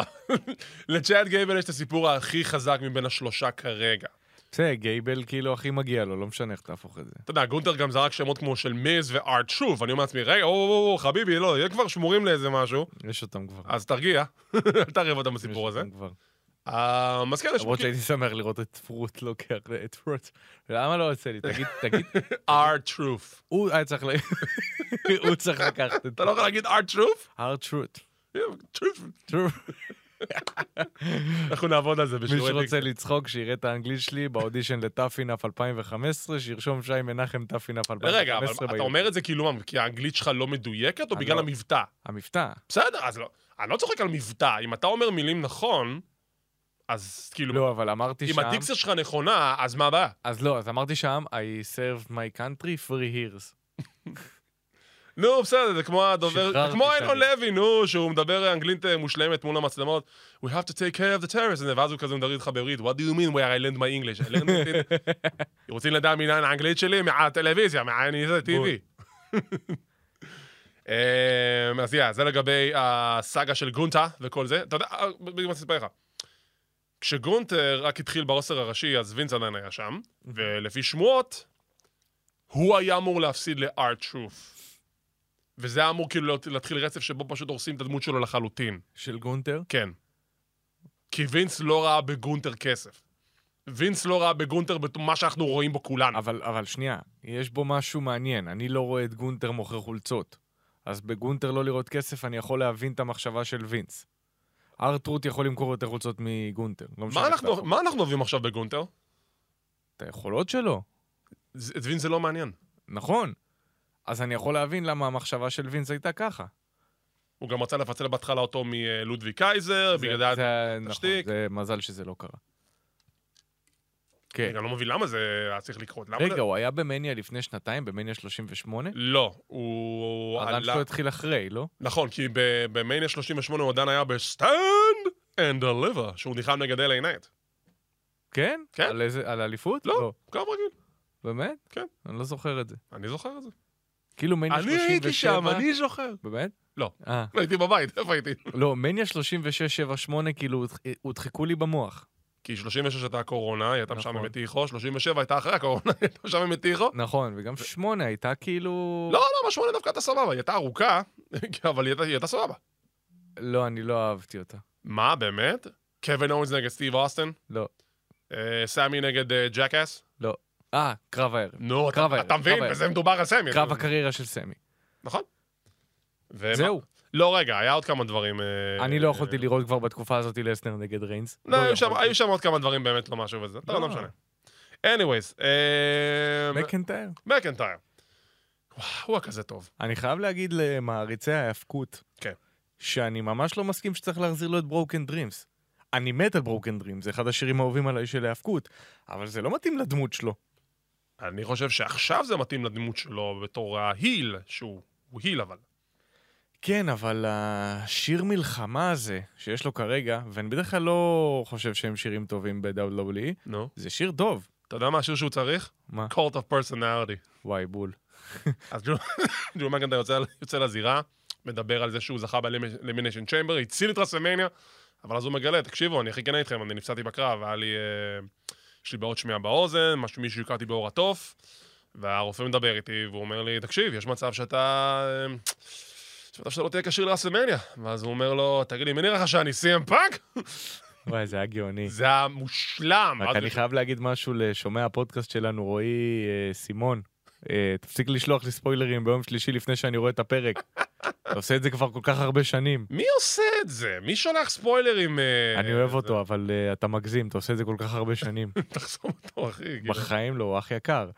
Speaker 3: לצ'אט גייבל יש את הסיפור הכי חזק מבין השלושה כרגע.
Speaker 4: בסדר, גייבל כאילו הכי מגיע לו, לא משנה איך תהפוך את זה.
Speaker 3: אתה יודע, גונטר גם זרק שמות כמו של מיז וארט שוב, ואני אומר לעצמי, רגע, או, או, או, חביבי, לא, יהיה כבר שמורים לאיזה משהו,
Speaker 4: יש אותם כבר.
Speaker 3: אז תרגיע, (laughs) אל תערב אותם
Speaker 4: יש
Speaker 3: בסיפור אה, הזה.
Speaker 4: אותם כבר.
Speaker 3: אה, אז כן, יש
Speaker 4: למרות שהייתי שמח לראות את פרוט לוקח, את פרוט. למה לא יוצא
Speaker 3: (laughs)
Speaker 4: לי? תגיד, תגיד.
Speaker 3: ארט שוב.
Speaker 4: הוא היה צריך ל... (laughs) הוא צריך לקחת את
Speaker 3: אתה לא יכול להגיד ארט שוב?
Speaker 4: hard truth.
Speaker 3: (laughs)
Speaker 4: True.
Speaker 3: אנחנו נעבוד על זה
Speaker 4: מי
Speaker 3: בשיעורי
Speaker 4: שרוצה לצחוק, שיראה את האנגלית שלי באודישן לתאפינף 2015, שירשום שי מנחם תאפינף 2015.
Speaker 3: רגע, אבל אתה
Speaker 4: ביוטיוב.
Speaker 3: אומר את זה כאילו מה, כי האנגלית שלך לא מדויקת, או
Speaker 4: אני
Speaker 3: בגלל
Speaker 4: לא-
Speaker 3: המבטא?
Speaker 4: המבטא.
Speaker 3: בסדר, אז לא. אני לא צוחק על מבטא. אם אתה אומר מילים נכון, אז כאילו,
Speaker 4: לא, אבל אמרתי
Speaker 3: אם
Speaker 4: שם...
Speaker 3: הדיקסיה שלך נכונה, אז מה הבעיה?
Speaker 4: אז לא, אז אמרתי שם, I served my country free years.
Speaker 3: נו, בסדר, זה כמו הדובר,
Speaker 4: שחררתי
Speaker 3: כמו
Speaker 4: שאני-
Speaker 3: אלון לוי, נו, שהוא מדבר אנגלית אה, מושלמת מול המצלמות. We have to take care of the terrorism, ואז הוא כזה מדבר איתך בעברית, What do you mean where I learned my English? I learned it. רוצים לדעת מילה האנגלית שלי? מהטלוויזיה, (laughs)
Speaker 4: בול.
Speaker 3: מה-TV. אמ, אז יא, זה לגבי הסאגה של גונטה וכל זה. אתה יודע, אה, בדיוק מה אספר לך. כשגונטר רק התחיל ברוסר הראשי, אז וינס עדיין היה שם, ולפי שמועות, הוא היה אמור להפסיד לארט שוף. וזה היה אמור כאילו להיות- להתחיל רצף שבו פשוט הורסים את הדמות שלו לחלוטין.
Speaker 4: של גונטר.
Speaker 3: כן. כי וינס לא ראה בגונטר כסף. וינס לא ראה בגונטר בת- מה שאנחנו רואים בו כולנו.
Speaker 4: אבל, אבל שנייה, יש בו משהו מעניין. אני לא רואה את גונטר מוכר חולצות. אז בגונטר לא לראות כסף, אני יכול להבין את המחשבה של וינס. ארטרוט יכול למכור יותר חולצות מגונטר. לא משנה
Speaker 3: מה
Speaker 4: איך
Speaker 3: אנחנו-
Speaker 4: תהפוך.
Speaker 3: מה אנחנו אוהבים עכשיו בגונטר?
Speaker 4: את היכולות שלו,
Speaker 3: זה- את וינס זה לא מעניין.
Speaker 4: נכון. אז אני יכול להבין למה המחשבה של וינס הייתה ככה.
Speaker 3: הוא גם רצה לפצל בהתחלה אותו מלודווי קייזר,
Speaker 4: זה-
Speaker 3: בגלל זה...
Speaker 4: זה, נכון,
Speaker 3: תשתיק.
Speaker 4: זה מזל שזה לא קרה.
Speaker 3: אני
Speaker 4: כן.
Speaker 3: גם לא מבין למה זה היה צריך לקרות. למה לא?
Speaker 4: רגע,
Speaker 3: זה-
Speaker 4: הוא היה במניה לפני שנתיים, במניה 38?
Speaker 3: לא, הוא...
Speaker 4: הרן
Speaker 3: עלה-
Speaker 4: שלו התחיל אחרי, לא?
Speaker 3: נכון, כי ב- במניה 38 הוא עדיין היה בסטנד אנד דליבר, שהוא נלחם נגד אלי נייט.
Speaker 4: כן?
Speaker 3: כן.
Speaker 4: על איזה, על האליפות?
Speaker 3: לא. כמה רגיל,
Speaker 4: באמת?
Speaker 3: כן.
Speaker 4: אני לא זוכר את זה.
Speaker 3: אני זוכר את זה.
Speaker 4: כאילו מניה 37...
Speaker 3: אני הייתי שם, אני זוכר.
Speaker 4: באמת?
Speaker 3: לא.
Speaker 4: אה.
Speaker 3: הייתי בבית, איפה הייתי?
Speaker 4: לא, מניה 36-7-8, כאילו, הודח- הודחקו לי במוח.
Speaker 3: כי 36 הייתה הקורונה, היא הייתה
Speaker 4: נכון.
Speaker 3: משם עם מתיחו, 37 הייתה אחרי הקורונה, (laughs) היא הייתה משם עם מתיחו.
Speaker 4: נכון, וגם 8 הייתה כאילו...
Speaker 3: לא, לא, בשמונה דווקא הייתה סבבה, היא הייתה ארוכה, (laughs) אבל היא הייתה- היא הייתה סבבה.
Speaker 4: לא, אני לא אהבתי אותה.
Speaker 3: מה, באמת? קווין אורנס נגד סטיב אוסטן?
Speaker 4: לא.
Speaker 3: אה, סמי נגד אה, ג'קאס?
Speaker 4: לא. אה, קרב הערב.
Speaker 3: נו, אתה-
Speaker 4: קרב הערב,
Speaker 3: אתה מבין?
Speaker 4: קרב הערב.
Speaker 3: בזה מדובר על סמי.
Speaker 4: קרב הקריירה של סמי.
Speaker 3: נכון. ומה-
Speaker 4: זהו.
Speaker 3: לא, רגע, היה עוד כמה דברים. אה,
Speaker 4: אני לא
Speaker 3: אה,
Speaker 4: יכולתי לראות כבר בתקופה הזאת לסנר נגד ריינס.
Speaker 3: לא, היו שם-
Speaker 4: יכולתי.
Speaker 3: היו שם עוד כמה דברים באמת לא משהו וזה. לא,
Speaker 4: לא.
Speaker 3: לא משנה. anyways, אה,
Speaker 4: מקנטייר.
Speaker 3: מקנטייר. וואו, הוא היה כזה טוב.
Speaker 4: אני חייב להגיד למעריצי ההאבקות,
Speaker 3: כן.
Speaker 4: שאני ממש לא מסכים שצריך להחזיר לו את ברוקן דרימס. אני מת על ברוקן דרימס, זה אחד השירים האהובים עליי של ההאבקות, אבל זה לא מתאים לדמות שלו.
Speaker 3: אני חושב שעכשיו זה מתאים לדמות שלו בתור ההיל, שהוא הוא היל אבל.
Speaker 4: כן, אבל השיר מלחמה הזה שיש לו כרגע, ואני בדרך כלל לא חושב שהם שירים טובים ב-WWE,
Speaker 3: נו.
Speaker 4: זה שיר טוב.
Speaker 3: אתה יודע מה השיר שהוא צריך?
Speaker 4: מה?
Speaker 3: Cult of Personality.
Speaker 4: וואי, בול.
Speaker 3: אז ג'ו- (laughs) ג'ו מקנטייר יוצא- יוצא לזירה, מדבר על זה שהוא זכה בלמיניישן צ'יימבר, הציל את רסלמניה, אבל אז הוא מגלה, תקשיבו, אני הכי כנה איתכם, אני נפצעתי בקרב, היה לי... אה, יש לי בעיות שמיעה באוזן, משהו- מישהו הכרתי באור התוף, והרופא מדבר איתי, והוא אומר לי, תקשיב, יש מצב שאתה... אה, יש מצב שאתה לא תהיה כשיר לרסלמניה. ואז הוא אומר לו, תגיד לי, מי נראה לך שאני סי.אם פאנק?
Speaker 4: וואי, זה היה גאוני.
Speaker 3: זה היה מושלם.
Speaker 4: רק
Speaker 3: אז-
Speaker 4: אני חייב להגיד משהו לשומע הפודקאסט שלנו, רועי אה, סימון. אה, תפסיק לשלוח לי ספוילרים ביום שלישי לפני שאני רואה את הפרק.
Speaker 3: (laughs)
Speaker 4: אתה עושה את זה כבר כל כך הרבה שנים.
Speaker 3: מי עושה את זה? מי שולח ספוילרים? אה,
Speaker 4: אני אוהב
Speaker 3: (laughs)
Speaker 4: אותו,
Speaker 3: כן.
Speaker 4: אבל אה, אתה מגזים, אתה עושה את זה כל כך הרבה שנים.
Speaker 3: תחסום אותו, אחי. כאילו.
Speaker 4: בחיים לא, הוא אח יקר.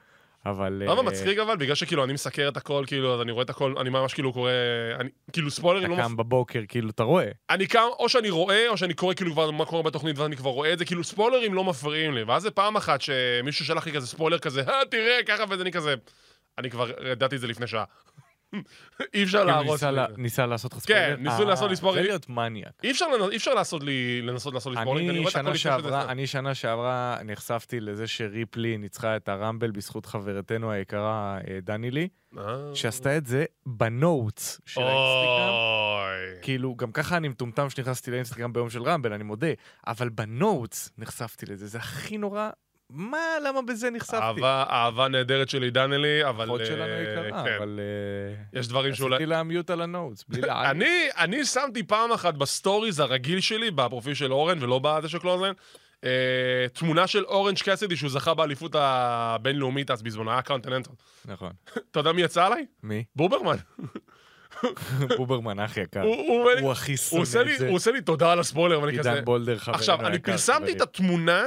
Speaker 4: אבל...
Speaker 3: למה
Speaker 4: אה,
Speaker 3: מצחיק אבל? בגלל שכאילו אני מסקר את הכל, כאילו, אז אני רואה את הכל, אני ממש כאילו קורא... אני- כאילו ספוילרים
Speaker 4: אתה
Speaker 3: לא
Speaker 4: קם בבוקר, כאילו, אתה רואה.
Speaker 3: אני קם, או שאני רואה, או שאני קורא כאילו כבר מה קורה בתוכנית, ואז אני כבר רואה את זה, כאילו ספוילרים לא מפריעים לי. ואז זה פעם אחת שמישהו שלח לי כזה ספוילר כזה, אה, תראה, ככה, ואז אני כזה... אני כבר ידעתי את זה לפני שעה. (laughs) אי אפשר
Speaker 4: כאילו,
Speaker 3: להרוס
Speaker 4: ניסה
Speaker 3: לי.
Speaker 4: לה-
Speaker 3: את זה. כן,
Speaker 4: ניסה לעשות לך ספוילר?
Speaker 3: ניסו
Speaker 4: אה,
Speaker 3: לעשות לי ספוילר.
Speaker 4: זה להיות מניאק.
Speaker 3: אי אפשר לנ- אי אפשר לעשות לי, לנסות לעשות לי ספוילרים, כי אני
Speaker 4: אני
Speaker 3: רואה את הכל
Speaker 4: שנה
Speaker 3: לפני שזה
Speaker 4: שעברה,
Speaker 3: יצא.
Speaker 4: אני שנה שעברה נחשפתי לזה שריפלי ניצחה את הרמבל בזכות חברתנו היקרה אה, דני לי,
Speaker 3: אה.
Speaker 4: שעשתה את זה בנוטס של האינסטגרם.
Speaker 3: אוי.
Speaker 4: כאילו, גם ככה אני מטומטם שנכנסתי לאינסטגרם ביום של רמבל, אני מודה, אבל בנוטס נחשפתי לזה, זה הכי נורא, מה, למה בזה נחשפתי?
Speaker 3: אהבה, אהבה נהדרת שלי, דנלי, אבל...
Speaker 4: אחות
Speaker 3: אה,
Speaker 4: שלנו יקרה,
Speaker 3: כן.
Speaker 4: אבל... אה,
Speaker 3: יש דברים שאולי...
Speaker 4: רציתי להמיוט על הנוטס, בלי לעלות.
Speaker 3: (laughs) אני, אני שמתי פעם אחת בסטוריז הרגיל שלי, בפרופיל של אורן ולא בזה של קלוזן, אה, תמונה של אורנג' קאסידי שהוא זכה באליפות הבינלאומית אז בזמנו, היה קונטיננטל.
Speaker 4: נכון.
Speaker 3: אתה יודע מי יצא עליי?
Speaker 4: מי? (laughs)
Speaker 3: בוברמן.
Speaker 4: בוברמן אח יקר.
Speaker 3: הוא- הוא אומר לי-
Speaker 4: כן. הוא הכי
Speaker 3: הוא
Speaker 4: שונא
Speaker 3: עושה לי-
Speaker 4: את זה.
Speaker 3: הוא עושה לי תודה על הספוילר, ואני כזה...
Speaker 4: עידן בולדר חברנו היקר.
Speaker 3: עכשיו, אני פרסמתי את
Speaker 4: חברים.
Speaker 3: התמונה,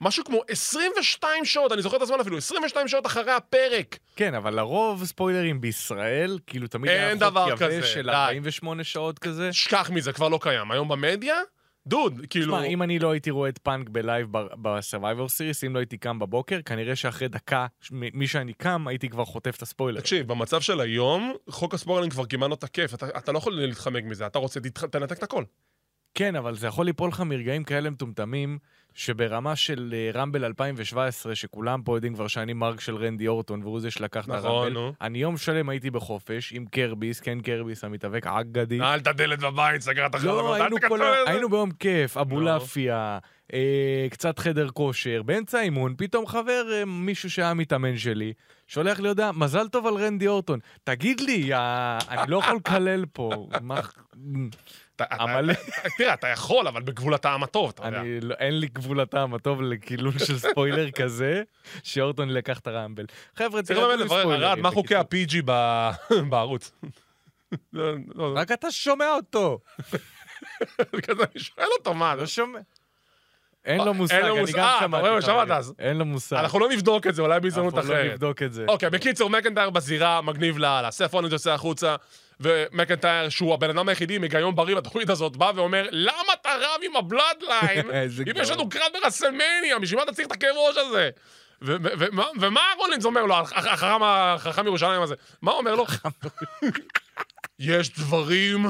Speaker 3: משהו כמו 22 שעות, אני זוכר את הזמן אפילו, 22 שעות אחרי הפרק.
Speaker 4: כן, אבל לרוב ספוילרים בישראל, כאילו תמיד
Speaker 3: אין
Speaker 4: היה
Speaker 3: דבר
Speaker 4: חוק
Speaker 3: כזה,
Speaker 4: יבש של
Speaker 3: די.
Speaker 4: 48 שעות כזה.
Speaker 3: שכח מזה, כבר לא קיים. היום במדיה? דוד, כאילו...
Speaker 4: תשמע, אם אני לא הייתי רואה את פאנק בלייב בסרווייבר סיריס, אם לא הייתי קם בבוקר, כנראה שאחרי דקה ש- מ- מי שאני קם, הייתי כבר חוטף את הספוילר.
Speaker 3: תקשיב, במצב של היום, חוק הספוילרים כבר כמעט לא תקף, אתה, אתה לא יכול להתחמק מזה, אתה רוצה, תתח... תנתק את הכל.
Speaker 4: כן, אבל זה יכול ליפול לך מרגעים כאלה מטומטמים, שברמה של אה, רמבל 2017, שכולם פה יודעים כבר שאני מרק של רנדי אורטון, והוא זה שלקח את
Speaker 3: נכון,
Speaker 4: הרמבל,
Speaker 3: נו.
Speaker 4: אני יום שלם הייתי בחופש עם קרביס, כן קרביס, המתאבק האגדי.
Speaker 3: נעל את הדלת בבית, סגר את החלום,
Speaker 4: לא,
Speaker 3: אל
Speaker 4: היינו,
Speaker 3: תקצר את
Speaker 4: כל... ה-
Speaker 3: זה. לא.
Speaker 4: היינו ביום כיף, אבולעפיה, אה, קצת חדר כושר, באמצע האימון, פתאום חבר, אה, מישהו שהיה מתאמן שלי, שולח לי הודעה, מזל טוב על רנדי אורטון. תגיד לי, יא- אני לא יכול לקלל
Speaker 3: (laughs)
Speaker 4: פה, מה...
Speaker 3: אתה- אתה-
Speaker 4: המלא.
Speaker 3: (laughs) תראה, אתה יכול, אבל בגבול הטעם הטוב, אתה יודע.
Speaker 4: אני, לא, אין לי גבול הטעם הטוב לקילול של
Speaker 3: (laughs)
Speaker 4: ספוילר כזה, שאורטון לקח את הרמבל. חבר'ה,
Speaker 3: צריך
Speaker 4: תראה
Speaker 3: באמת לברר, ארד, מה חוקי ה-PG ב- (laughs) בערוץ? לא, לא,
Speaker 4: רק אתה שומע אותו,
Speaker 3: אה, כזה, אני שואל אותו, מה?
Speaker 4: לא שומע. אין לו מושג,
Speaker 3: אין לו
Speaker 4: אני
Speaker 3: מושג.
Speaker 4: גם
Speaker 3: אה, אתה רואה,
Speaker 4: שמעתי. את
Speaker 3: שמעת
Speaker 4: הרמבל.
Speaker 3: אז.
Speaker 4: אין לו מושג.
Speaker 3: אנחנו לא נבדוק את זה, אולי
Speaker 4: אנחנו
Speaker 3: בהזדמנות
Speaker 4: לא
Speaker 3: אחרת.
Speaker 4: נבדוק את זה.
Speaker 3: אוקיי, בקיצור, מקנטייר בזירה, מגניב לאללה. סף רולינס יוצא החוצה, ומקנטייר, שהוא הבן אדם היחידי עם היגיון בריא בתוכנית הזאת, בא ואומר, למה אתה רב עם הבלאדליין?
Speaker 4: (laughs) איזה
Speaker 3: אם
Speaker 4: גאון.
Speaker 3: יש לנו קרב ברסלמניה, בשביל מה אתה צריך את הכאב ראש הזה? ו- ו- ומה- ומה רולינס אומר לו, הח- החכם ה- החכם ירושלים הזה? מה הוא אומר לו? (laughs) יש דברים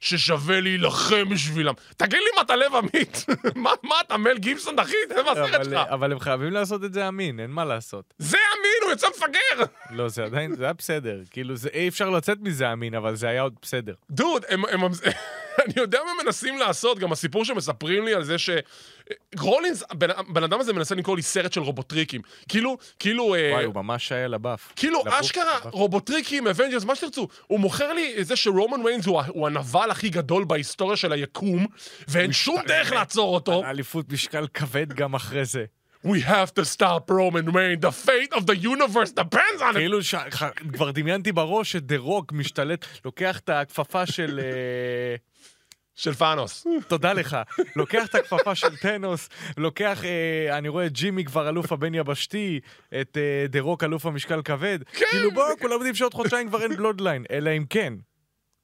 Speaker 3: ששווה להילחם בשבילם. תגיד לי אם אתה לב עמית. (laughs) מה מה אתה מל גיבסון, אחי? זה מהסרט
Speaker 4: אבל,
Speaker 3: שלך.
Speaker 4: אה, אבל הם חייבים לעשות את זה אמין, אין מה לעשות.
Speaker 3: זה אמין, הוא יצא מפגר!
Speaker 4: לא, זה עדיין, זה היה בסדר. כאילו, זה, אי אפשר לצאת מזה אמין, אבל זה היה עוד בסדר.
Speaker 3: דוד, הם, הם, (laughs) הם, אני יודע מה מנסים לעשות, גם הסיפור שמספרים לי על זה ש... רולינס, הבן הבן אדם הזה מנסה למכור לי סרט של רובוטריקים. כאילו, כאילו... אה,
Speaker 4: וואי, הוא נכון? ממש היה לבף.
Speaker 3: כאילו,
Speaker 4: לבוף,
Speaker 3: אשכרה,
Speaker 4: לבוף.
Speaker 3: רובוטריקים, אבנג'רס, מה שתרצו. הוא מוכר לי את זה שרומן ויינס הוא, ה- הוא הנבל הכי גדול בהיסטוריה של היקום, ואין שום דרך
Speaker 4: אה,
Speaker 3: לעצור אותו.
Speaker 4: אליפות משקל כבד גם אחרי
Speaker 3: (laughs)
Speaker 4: זה.
Speaker 3: We have to stop Roman Reigns, the fate of the universe depends on it.
Speaker 4: כאילו, ש... ח- כבר דמיינתי בראש שדה רוק משתלט, לוקח את הכפפה של... אה,
Speaker 3: של פאנוס.
Speaker 4: תודה לך. לוקח את הכפפה של טנוס, לוקח, אה, אני רואה את ג'ימי כבר אלוף הבין יבשתי, את אה, דה רוק אלוף המשקל כבד. כן. כאילו בואו, כולם יודעים שעוד חודשיים כבר אין בלודליין, אלא אם כן.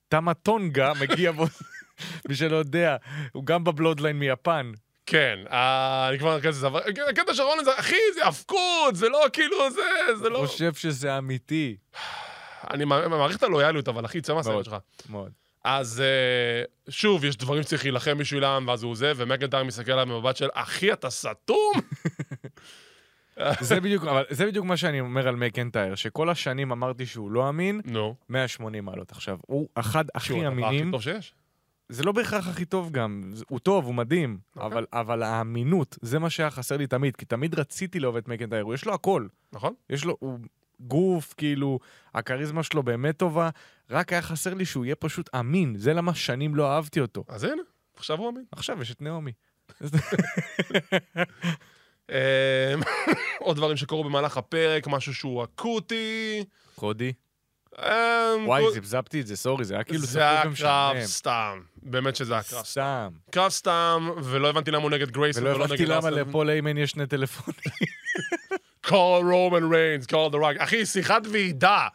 Speaker 4: תמה טונגה מגיע בו, מי שלא יודע, הוא גם בבלודליין מיפן.
Speaker 3: כן, אה, אני כבר כזה זבר... הקטע של רולינס, אחי, זה האבקות, זה לא כאילו זה, זה לא...
Speaker 4: חושב שזה אמיתי.
Speaker 3: אני מע- מעריך את הלויאליות, אבל אחי, צא מהסרט
Speaker 4: מאוד.
Speaker 3: שלך.
Speaker 4: מאוד.
Speaker 3: אז אה, שוב, יש דברים שצריך להילחם בשבילם, ואז הוא זה, ומקנטייר מסתכל עליו במבט של, אחי, אתה
Speaker 4: (laughs)
Speaker 3: סתום?
Speaker 4: זה בדיוק, אבל זה בדיוק מה שאני אומר על מקנטייר, שכל השנים אמרתי שהוא לא אמין,
Speaker 3: נו. 180
Speaker 4: מעלות עכשיו. הוא אחד הכי
Speaker 3: הדבר הכי
Speaker 4: אמינים.
Speaker 3: טוב שיש.
Speaker 4: זה לא בהכרח הכי טוב גם, זה- הוא טוב, הוא מדהים,
Speaker 3: אוקיי.
Speaker 4: אבל, אבל האמינות, זה מה שהיה חסר לי תמיד, כי תמיד רציתי לאהוב את מקנטייר, הוא יש לו הכל,
Speaker 3: נכון?
Speaker 4: יש לו, הוא גוף, כאילו, הכריזמה שלו באמת טובה, רק היה חסר לי שהוא יהיה פשוט אמין, זה למה שנים לא אהבתי אותו.
Speaker 3: אז הנה, עכשיו הוא אמין.
Speaker 4: עכשיו יש את נעמי.
Speaker 3: אה, (laughs) עוד דברים שקרו במהלך הפרק, משהו שהוא אקוטי.
Speaker 4: קודי.
Speaker 3: אה,
Speaker 4: וואי, זיבזבתי את זה, סורי, זה היה כאילו
Speaker 3: זה היה קרב סתם. באמת שזה היה קרב סתם.
Speaker 4: סתם.
Speaker 3: קרב סתם, ולא הבנתי למה הוא נגד גרייסון
Speaker 4: ולא
Speaker 3: ולא
Speaker 4: הבנתי
Speaker 3: נגד
Speaker 4: למה
Speaker 3: ארסנל.
Speaker 4: לפול איימן יש שני טלפונים.
Speaker 3: call Roman Reigns, call the rock. אחי, שיחת
Speaker 4: (laughs)
Speaker 3: ועידה.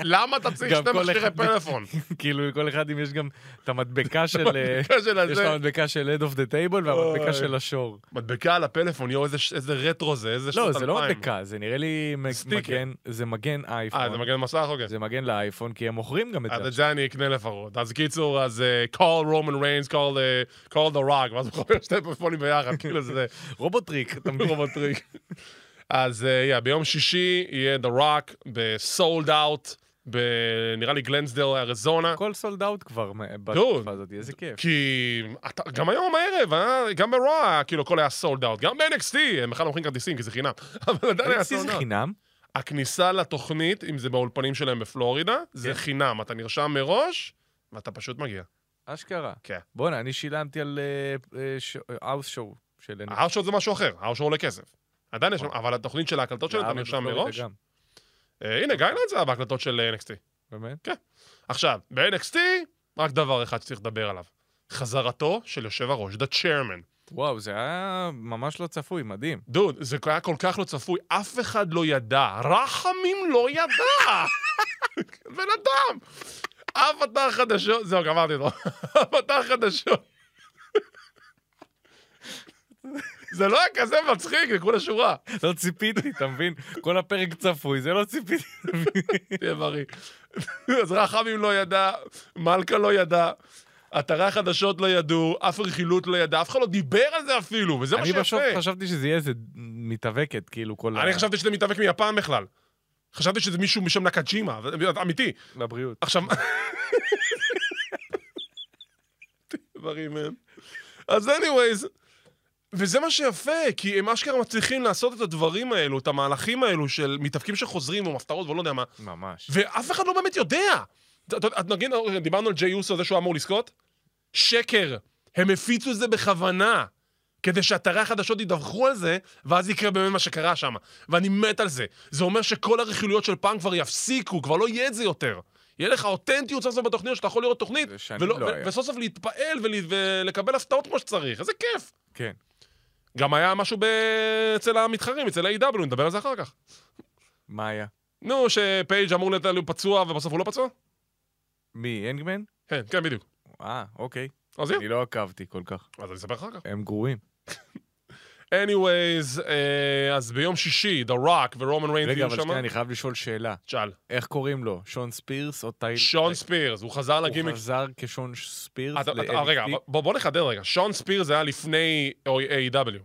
Speaker 3: למה אתה צריך
Speaker 4: גם
Speaker 3: שני
Speaker 4: כל
Speaker 3: מכשירי
Speaker 4: אחד-
Speaker 3: פלאפון?
Speaker 4: (laughs) כאילו, לכל אחד אם יש גם את המדבקה של... אה,
Speaker 3: המדבקה של
Speaker 4: יש
Speaker 3: הזה.
Speaker 4: לו מדבקה של Head of the Table והמדבקה
Speaker 3: אוי.
Speaker 4: של השור.
Speaker 3: מדבקה על הפלאפון, יואו, איזה ש- איזה רטרו זה, איזה שנות
Speaker 4: לא,
Speaker 3: אלפיים.
Speaker 4: זה לא מדבקה, זה נראה לי מג-
Speaker 3: סטיקר.
Speaker 4: מגן, זה מגן אייפון.
Speaker 3: אה, זה מגן מסך? אוקיי.
Speaker 4: זה מגן לאייפון, כי הם מוכרים גם את
Speaker 3: אז
Speaker 4: זה.
Speaker 3: את זה אני אקנה לפחות. אז קיצור, אז אה, call Roman Reigns, call the- call the rock, ואז הוא חובר שתי פלאפונים ביחד, כאילו זה...
Speaker 4: רובוטריק, אתה מבין?
Speaker 3: טריק. אז אה, יא, ביום שישי יהיה The Rock בסולד אאוט, נראה לי גלנסדל, אריזונה.
Speaker 4: הכל סולד אאוט כבר מ-
Speaker 3: Dude.
Speaker 4: בתקופה הזאת, איזה כיף.
Speaker 3: כי אתה, גם היום הערב, אה? גם ברוע, כאילו, הכל היה סולד אאוט. גם ב-NXT, הם בכלל לא מוכרים כרטיסים, כי זה חינם. (laughs) אבל עדיין היה
Speaker 4: NXT
Speaker 3: סולד
Speaker 4: זה
Speaker 3: אאוט.
Speaker 4: חינם?
Speaker 3: הכניסה לתוכנית, אם זה באולפנים שלהם בפלורידה,
Speaker 4: כן.
Speaker 3: זה חינם. אתה נרשם מראש, ואתה פשוט מגיע.
Speaker 4: אשכרה.
Speaker 3: כן.
Speaker 4: בואנה, אני שילמתי על אה, אאוס שואו של NXT.
Speaker 3: הארשור זה משהו אחר, הארשור עולה כסף. עדיין יש שם, אבל התוכנית של ההקלטות שלהם, אתה
Speaker 4: לארץ לא
Speaker 3: נרשם
Speaker 4: בפלורידה
Speaker 3: מראש.
Speaker 4: נכון. גם,
Speaker 3: אה, הנה, גיא נעץ זה בהקלטות של אה, NXT.
Speaker 4: באמת?
Speaker 3: עכשיו, ב-NXT, רק דבר אחד שצריך לדבר עליו. חזרתו של יושב הראש, The Chairman.
Speaker 4: וואו, זה היה ממש לא צפוי, מדהים.
Speaker 3: דוד, זה היה כל כך לא צפוי, אף אחד לא ידע. רחמים לא ידע! (laughs) בן אדם! אף אתר חדשות... זהו, גמרתי אותו. (laughs) אף אתר חדשות. (laughs) זה לא היה כזה מצחיק, לקרוא
Speaker 4: (laughs)
Speaker 3: לשורה.
Speaker 4: לא ציפיתי, אתה מבין? כל הפרק צפוי, זה לא ציפיתי.
Speaker 3: תהיה בריא. (laughs) אז רחמים לא ידע, מלכה לא ידע, אתרי החדשות לא ידעו, אף רכילות לא ידע, אף אחד לא דיבר על (laughs) זה אפילו, וזה מה
Speaker 4: אני
Speaker 3: שיפה.
Speaker 4: בסוף חשבתי שזה יהיה איזה מתאבקת, כאילו, כל ה...
Speaker 3: אני חשבתי שזה מתאבק מיפן בכלל. חשבתי שזה מישהו משם נקג'ימה, ו- אמיתי.
Speaker 4: לבריאות.
Speaker 3: עכשיו... דברים הם. אז anyways, וזה מה שיפה, כי הם אשכרה מצליחים לעשות את הדברים האלו, את המהלכים האלו של מתאבקים שחוזרים או הפתעות ולא יודע מה,
Speaker 4: ממש. ואף...
Speaker 3: ואף אחד לא באמת יודע. אתה- אתה- את נגיד, דיברנו על ג'יי אוסו, זה שהוא אמור לזכות? שקר. הם הפיצו את זה בכוונה, כדי שאתרי החדשות ידווחו על זה, ואז יקרה באמת מה שקרה שם. ואני מת על זה. זה אומר שכל הרכילויות של פעם כבר יפסיקו, כבר לא יהיה את זה יותר. יהיה לך אותנטיות סוף סוף בתוכניות, שאתה יכול לראות תוכנית,
Speaker 4: זה שנים
Speaker 3: ולא,
Speaker 4: לא
Speaker 3: ו-
Speaker 4: היה.
Speaker 3: וסוף סוף להתפעל ול- ולקבל הפתעות כמו שצריך. איזה כיף.
Speaker 4: כן.
Speaker 3: גם היה משהו ב... אצל המתחרים, אצל ה-AW, נדבר על זה אחר כך.
Speaker 4: מה היה?
Speaker 3: נו, שפייג' אמור להיות הוא פצוע ובסוף הוא לא פצוע?
Speaker 4: מי, הנגמן?
Speaker 3: כן, כן, בדיוק.
Speaker 4: אה, אוקיי.
Speaker 3: אז יהיה.
Speaker 4: אני לא עקבתי כל כך.
Speaker 3: אז אני אספר אחר כך.
Speaker 4: הם גרועים.
Speaker 3: anyways, אה, אז ביום שישי, The Rock ורומן ריינס
Speaker 4: רגע,
Speaker 3: יהיו
Speaker 4: אבל
Speaker 3: שם.
Speaker 4: שנייה, אני חייב לשאול שאלה.
Speaker 3: שאל.
Speaker 4: איך קוראים לו? שון ספירס או טייל... אה,
Speaker 3: שון ספירס, הוא חזר
Speaker 4: הוא
Speaker 3: לגימיק. אה,
Speaker 4: חזר כשון ספירס
Speaker 3: אתה- אתה-
Speaker 4: ל-NXT?
Speaker 3: רגע, בוא בוא נחדד רגע. שון ספירס זה היה לפני A.W.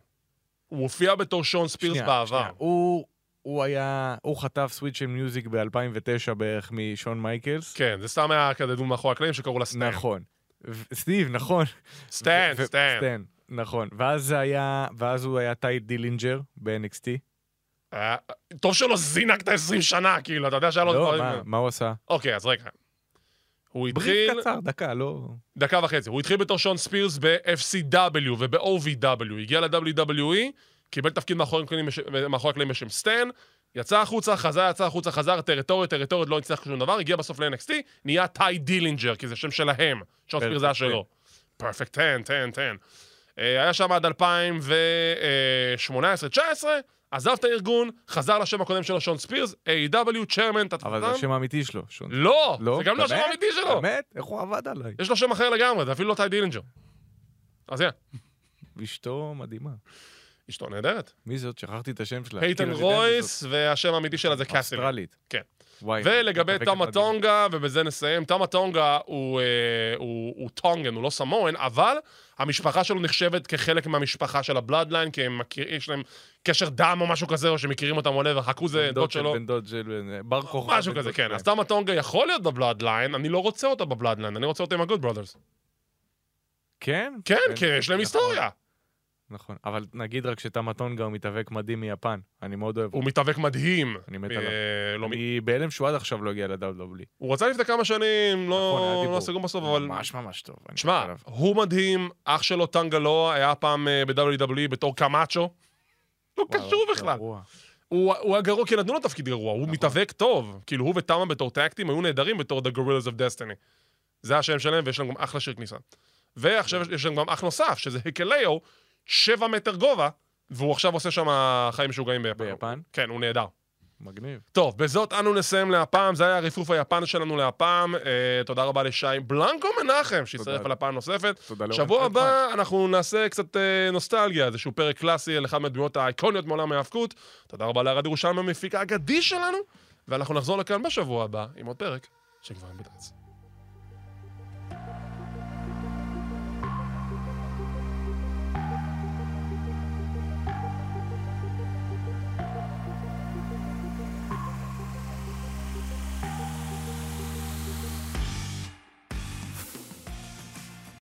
Speaker 3: הוא הופיע בתור שון ספירס
Speaker 4: שנייה,
Speaker 3: בעבר.
Speaker 4: שנייה. הוא... הוא היה, הוא חטף סוויץ' של מיוזיק ב-2009 בערך משון מייקלס.
Speaker 3: כן, זה סתם היה כזה דוגמא מאחורי הקלעים שקראו לה סטן.
Speaker 4: נכון. ו- סטיב, נכון.
Speaker 3: סטן,
Speaker 4: ו- ו-
Speaker 3: סטן.
Speaker 4: סטן, נכון. ואז זה היה, ואז הוא היה טייד דילינג'ר ב-NXT.
Speaker 3: היה- אה, טוב שלא זינקת 20 שנה, כאילו, אתה יודע שהיה לו...
Speaker 4: לא,
Speaker 3: דברים-
Speaker 4: מה- מה הוא עשה?
Speaker 3: אוקיי, אז רגע. הוא
Speaker 4: בריף
Speaker 3: התחיל...
Speaker 4: קצר, דקה, לא...
Speaker 3: דקה וחצי. הוא התחיל בתור שון ספירס ב-FCW וב-OVW, הגיע ל-WWE, קיבל תפקיד מאחורי הקלעים בש- מאחורי הקלעים בשם סטן, יצא החוצה, חזר, יצא החוצה, חזר, טריטוריות, טריטוריות, לא הצליח שום דבר, הגיע בסוף ל-NXT, נהיה טי דילינג'ר, כי זה שם שלהם. שון ספירס זה היה שלו.
Speaker 4: כן.
Speaker 3: פרפקט 10, 10, 10. אה, היה שם עד אה, 2018-2019, עזב את הארגון, חזר לשם הקודם שלו, שון ספירס, A.W. צ'רמן,
Speaker 4: אבל זה השם האמיתי שלו, שון.
Speaker 3: לא,
Speaker 4: לא?
Speaker 3: זה גם לא השם
Speaker 4: באמת?
Speaker 3: האמיתי שלו.
Speaker 4: באמת? איך הוא עבד עליי?
Speaker 3: יש לו שם אחר לגמרי, זה אפילו לא טי דילינג'ר. אז יא,
Speaker 4: אשתו מדהימה.
Speaker 3: אשתו נהדרת.
Speaker 4: מי זאת? שכחתי את השם שלה.
Speaker 3: פייטן
Speaker 4: כאילו, אני יודע מי זאת.
Speaker 3: רויס, והשם האמיתי שלה זה קאסל.
Speaker 4: אוסטרלית.
Speaker 3: כן.
Speaker 4: וואי.
Speaker 3: ולגבי
Speaker 4: מתאבקת
Speaker 3: תמה
Speaker 4: מדהים.
Speaker 3: טונגה, ובזה נסיים, תמה טונגה הוא, אה, הוא, הוא טונגן, הוא לא סמואן, אבל המשפחה שלו נחשבת כחלק מהמשפחה של הבלאדליין, כי הם מכיר, יש להם קשר דם או משהו כזה, או שמכירים אותם או לבר, חכו זה
Speaker 4: בן
Speaker 3: דוד
Speaker 4: דוד של
Speaker 3: שלו.
Speaker 4: בן דוד של בן- בר כוכבא.
Speaker 3: משהו
Speaker 4: בן
Speaker 3: כזה,
Speaker 4: דוד
Speaker 3: כן.
Speaker 4: שלהם.
Speaker 3: אז תמה טונגה יכול להיות בבלאדליין, אני לא רוצה אותה בבלאדליין, אני רוצה אותה עם הגוד ברודרס.
Speaker 4: כן?
Speaker 3: כן,
Speaker 4: בן-
Speaker 3: כי יש להם
Speaker 4: נכון,
Speaker 3: היסטוריה.
Speaker 4: נכון. אבל נגיד רק שתמה טונגה הוא מתאבק מדהים מיפן. אני מאוד אוהב.
Speaker 3: הוא מתאבק מדהים.
Speaker 4: אני מת
Speaker 3: אה,
Speaker 4: עליו.
Speaker 3: לא מ-
Speaker 4: אני בהלם שהוא עד עכשיו לא הגיע לדאבלי.
Speaker 3: הוא רצה לפני כמה שנים,
Speaker 4: נכון, היה
Speaker 3: לא
Speaker 4: דיבור.
Speaker 3: לא סגור בסוף, אבל...
Speaker 4: ממש ממש טוב. אני מת
Speaker 3: שמע,
Speaker 4: עליו.
Speaker 3: הוא מדהים, אח שלו טנגלו היה פעם אה, ב-WWE בתור קמאצ'ו. לא
Speaker 4: וואו,
Speaker 3: קשור
Speaker 4: וואו,
Speaker 3: בכלל.
Speaker 4: גרוע.
Speaker 3: הוא הוא היה גרוע כי נתנו לו תפקיד גרוע, הוא
Speaker 4: נכון.
Speaker 3: מתאבק טוב. כאילו, הוא ותמה בתור טקטים היו נהדרים בתור The Gorillas of Destiny. זה השם שלהם, ויש להם גם אחלה שיר כניסה. ועכשיו יש- יש להם גם אח נוסף, שזה היקליאו, שבע מטר גובה, והוא עכשיו עושה שם חיים משוגעים ביפן.
Speaker 4: ביפן?
Speaker 3: כן, הוא נהדר.
Speaker 4: מגניב.
Speaker 3: טוב, בזאת אנו נסיים להפעם, זה היה רפרוף היפן שלנו להפעם. אה, תודה רבה לשי בלנקו מנחם, שהצטרף
Speaker 4: תודה.
Speaker 3: לפעם נוספת.
Speaker 4: תודה לאורן
Speaker 3: שבוע
Speaker 4: פלדמן.
Speaker 3: הבא אנחנו נעשה קצת אה, נוסטלגיה, איזשהו פרק קלאסי על אחד מהדמויות האיקוניות מעולם ההאבקות. תודה רבה לארד ירושלים המפיק האגדי שלנו, ואנחנו נחזור לכאן בשבוע הבא עם עוד פרק של גברים בטרץ.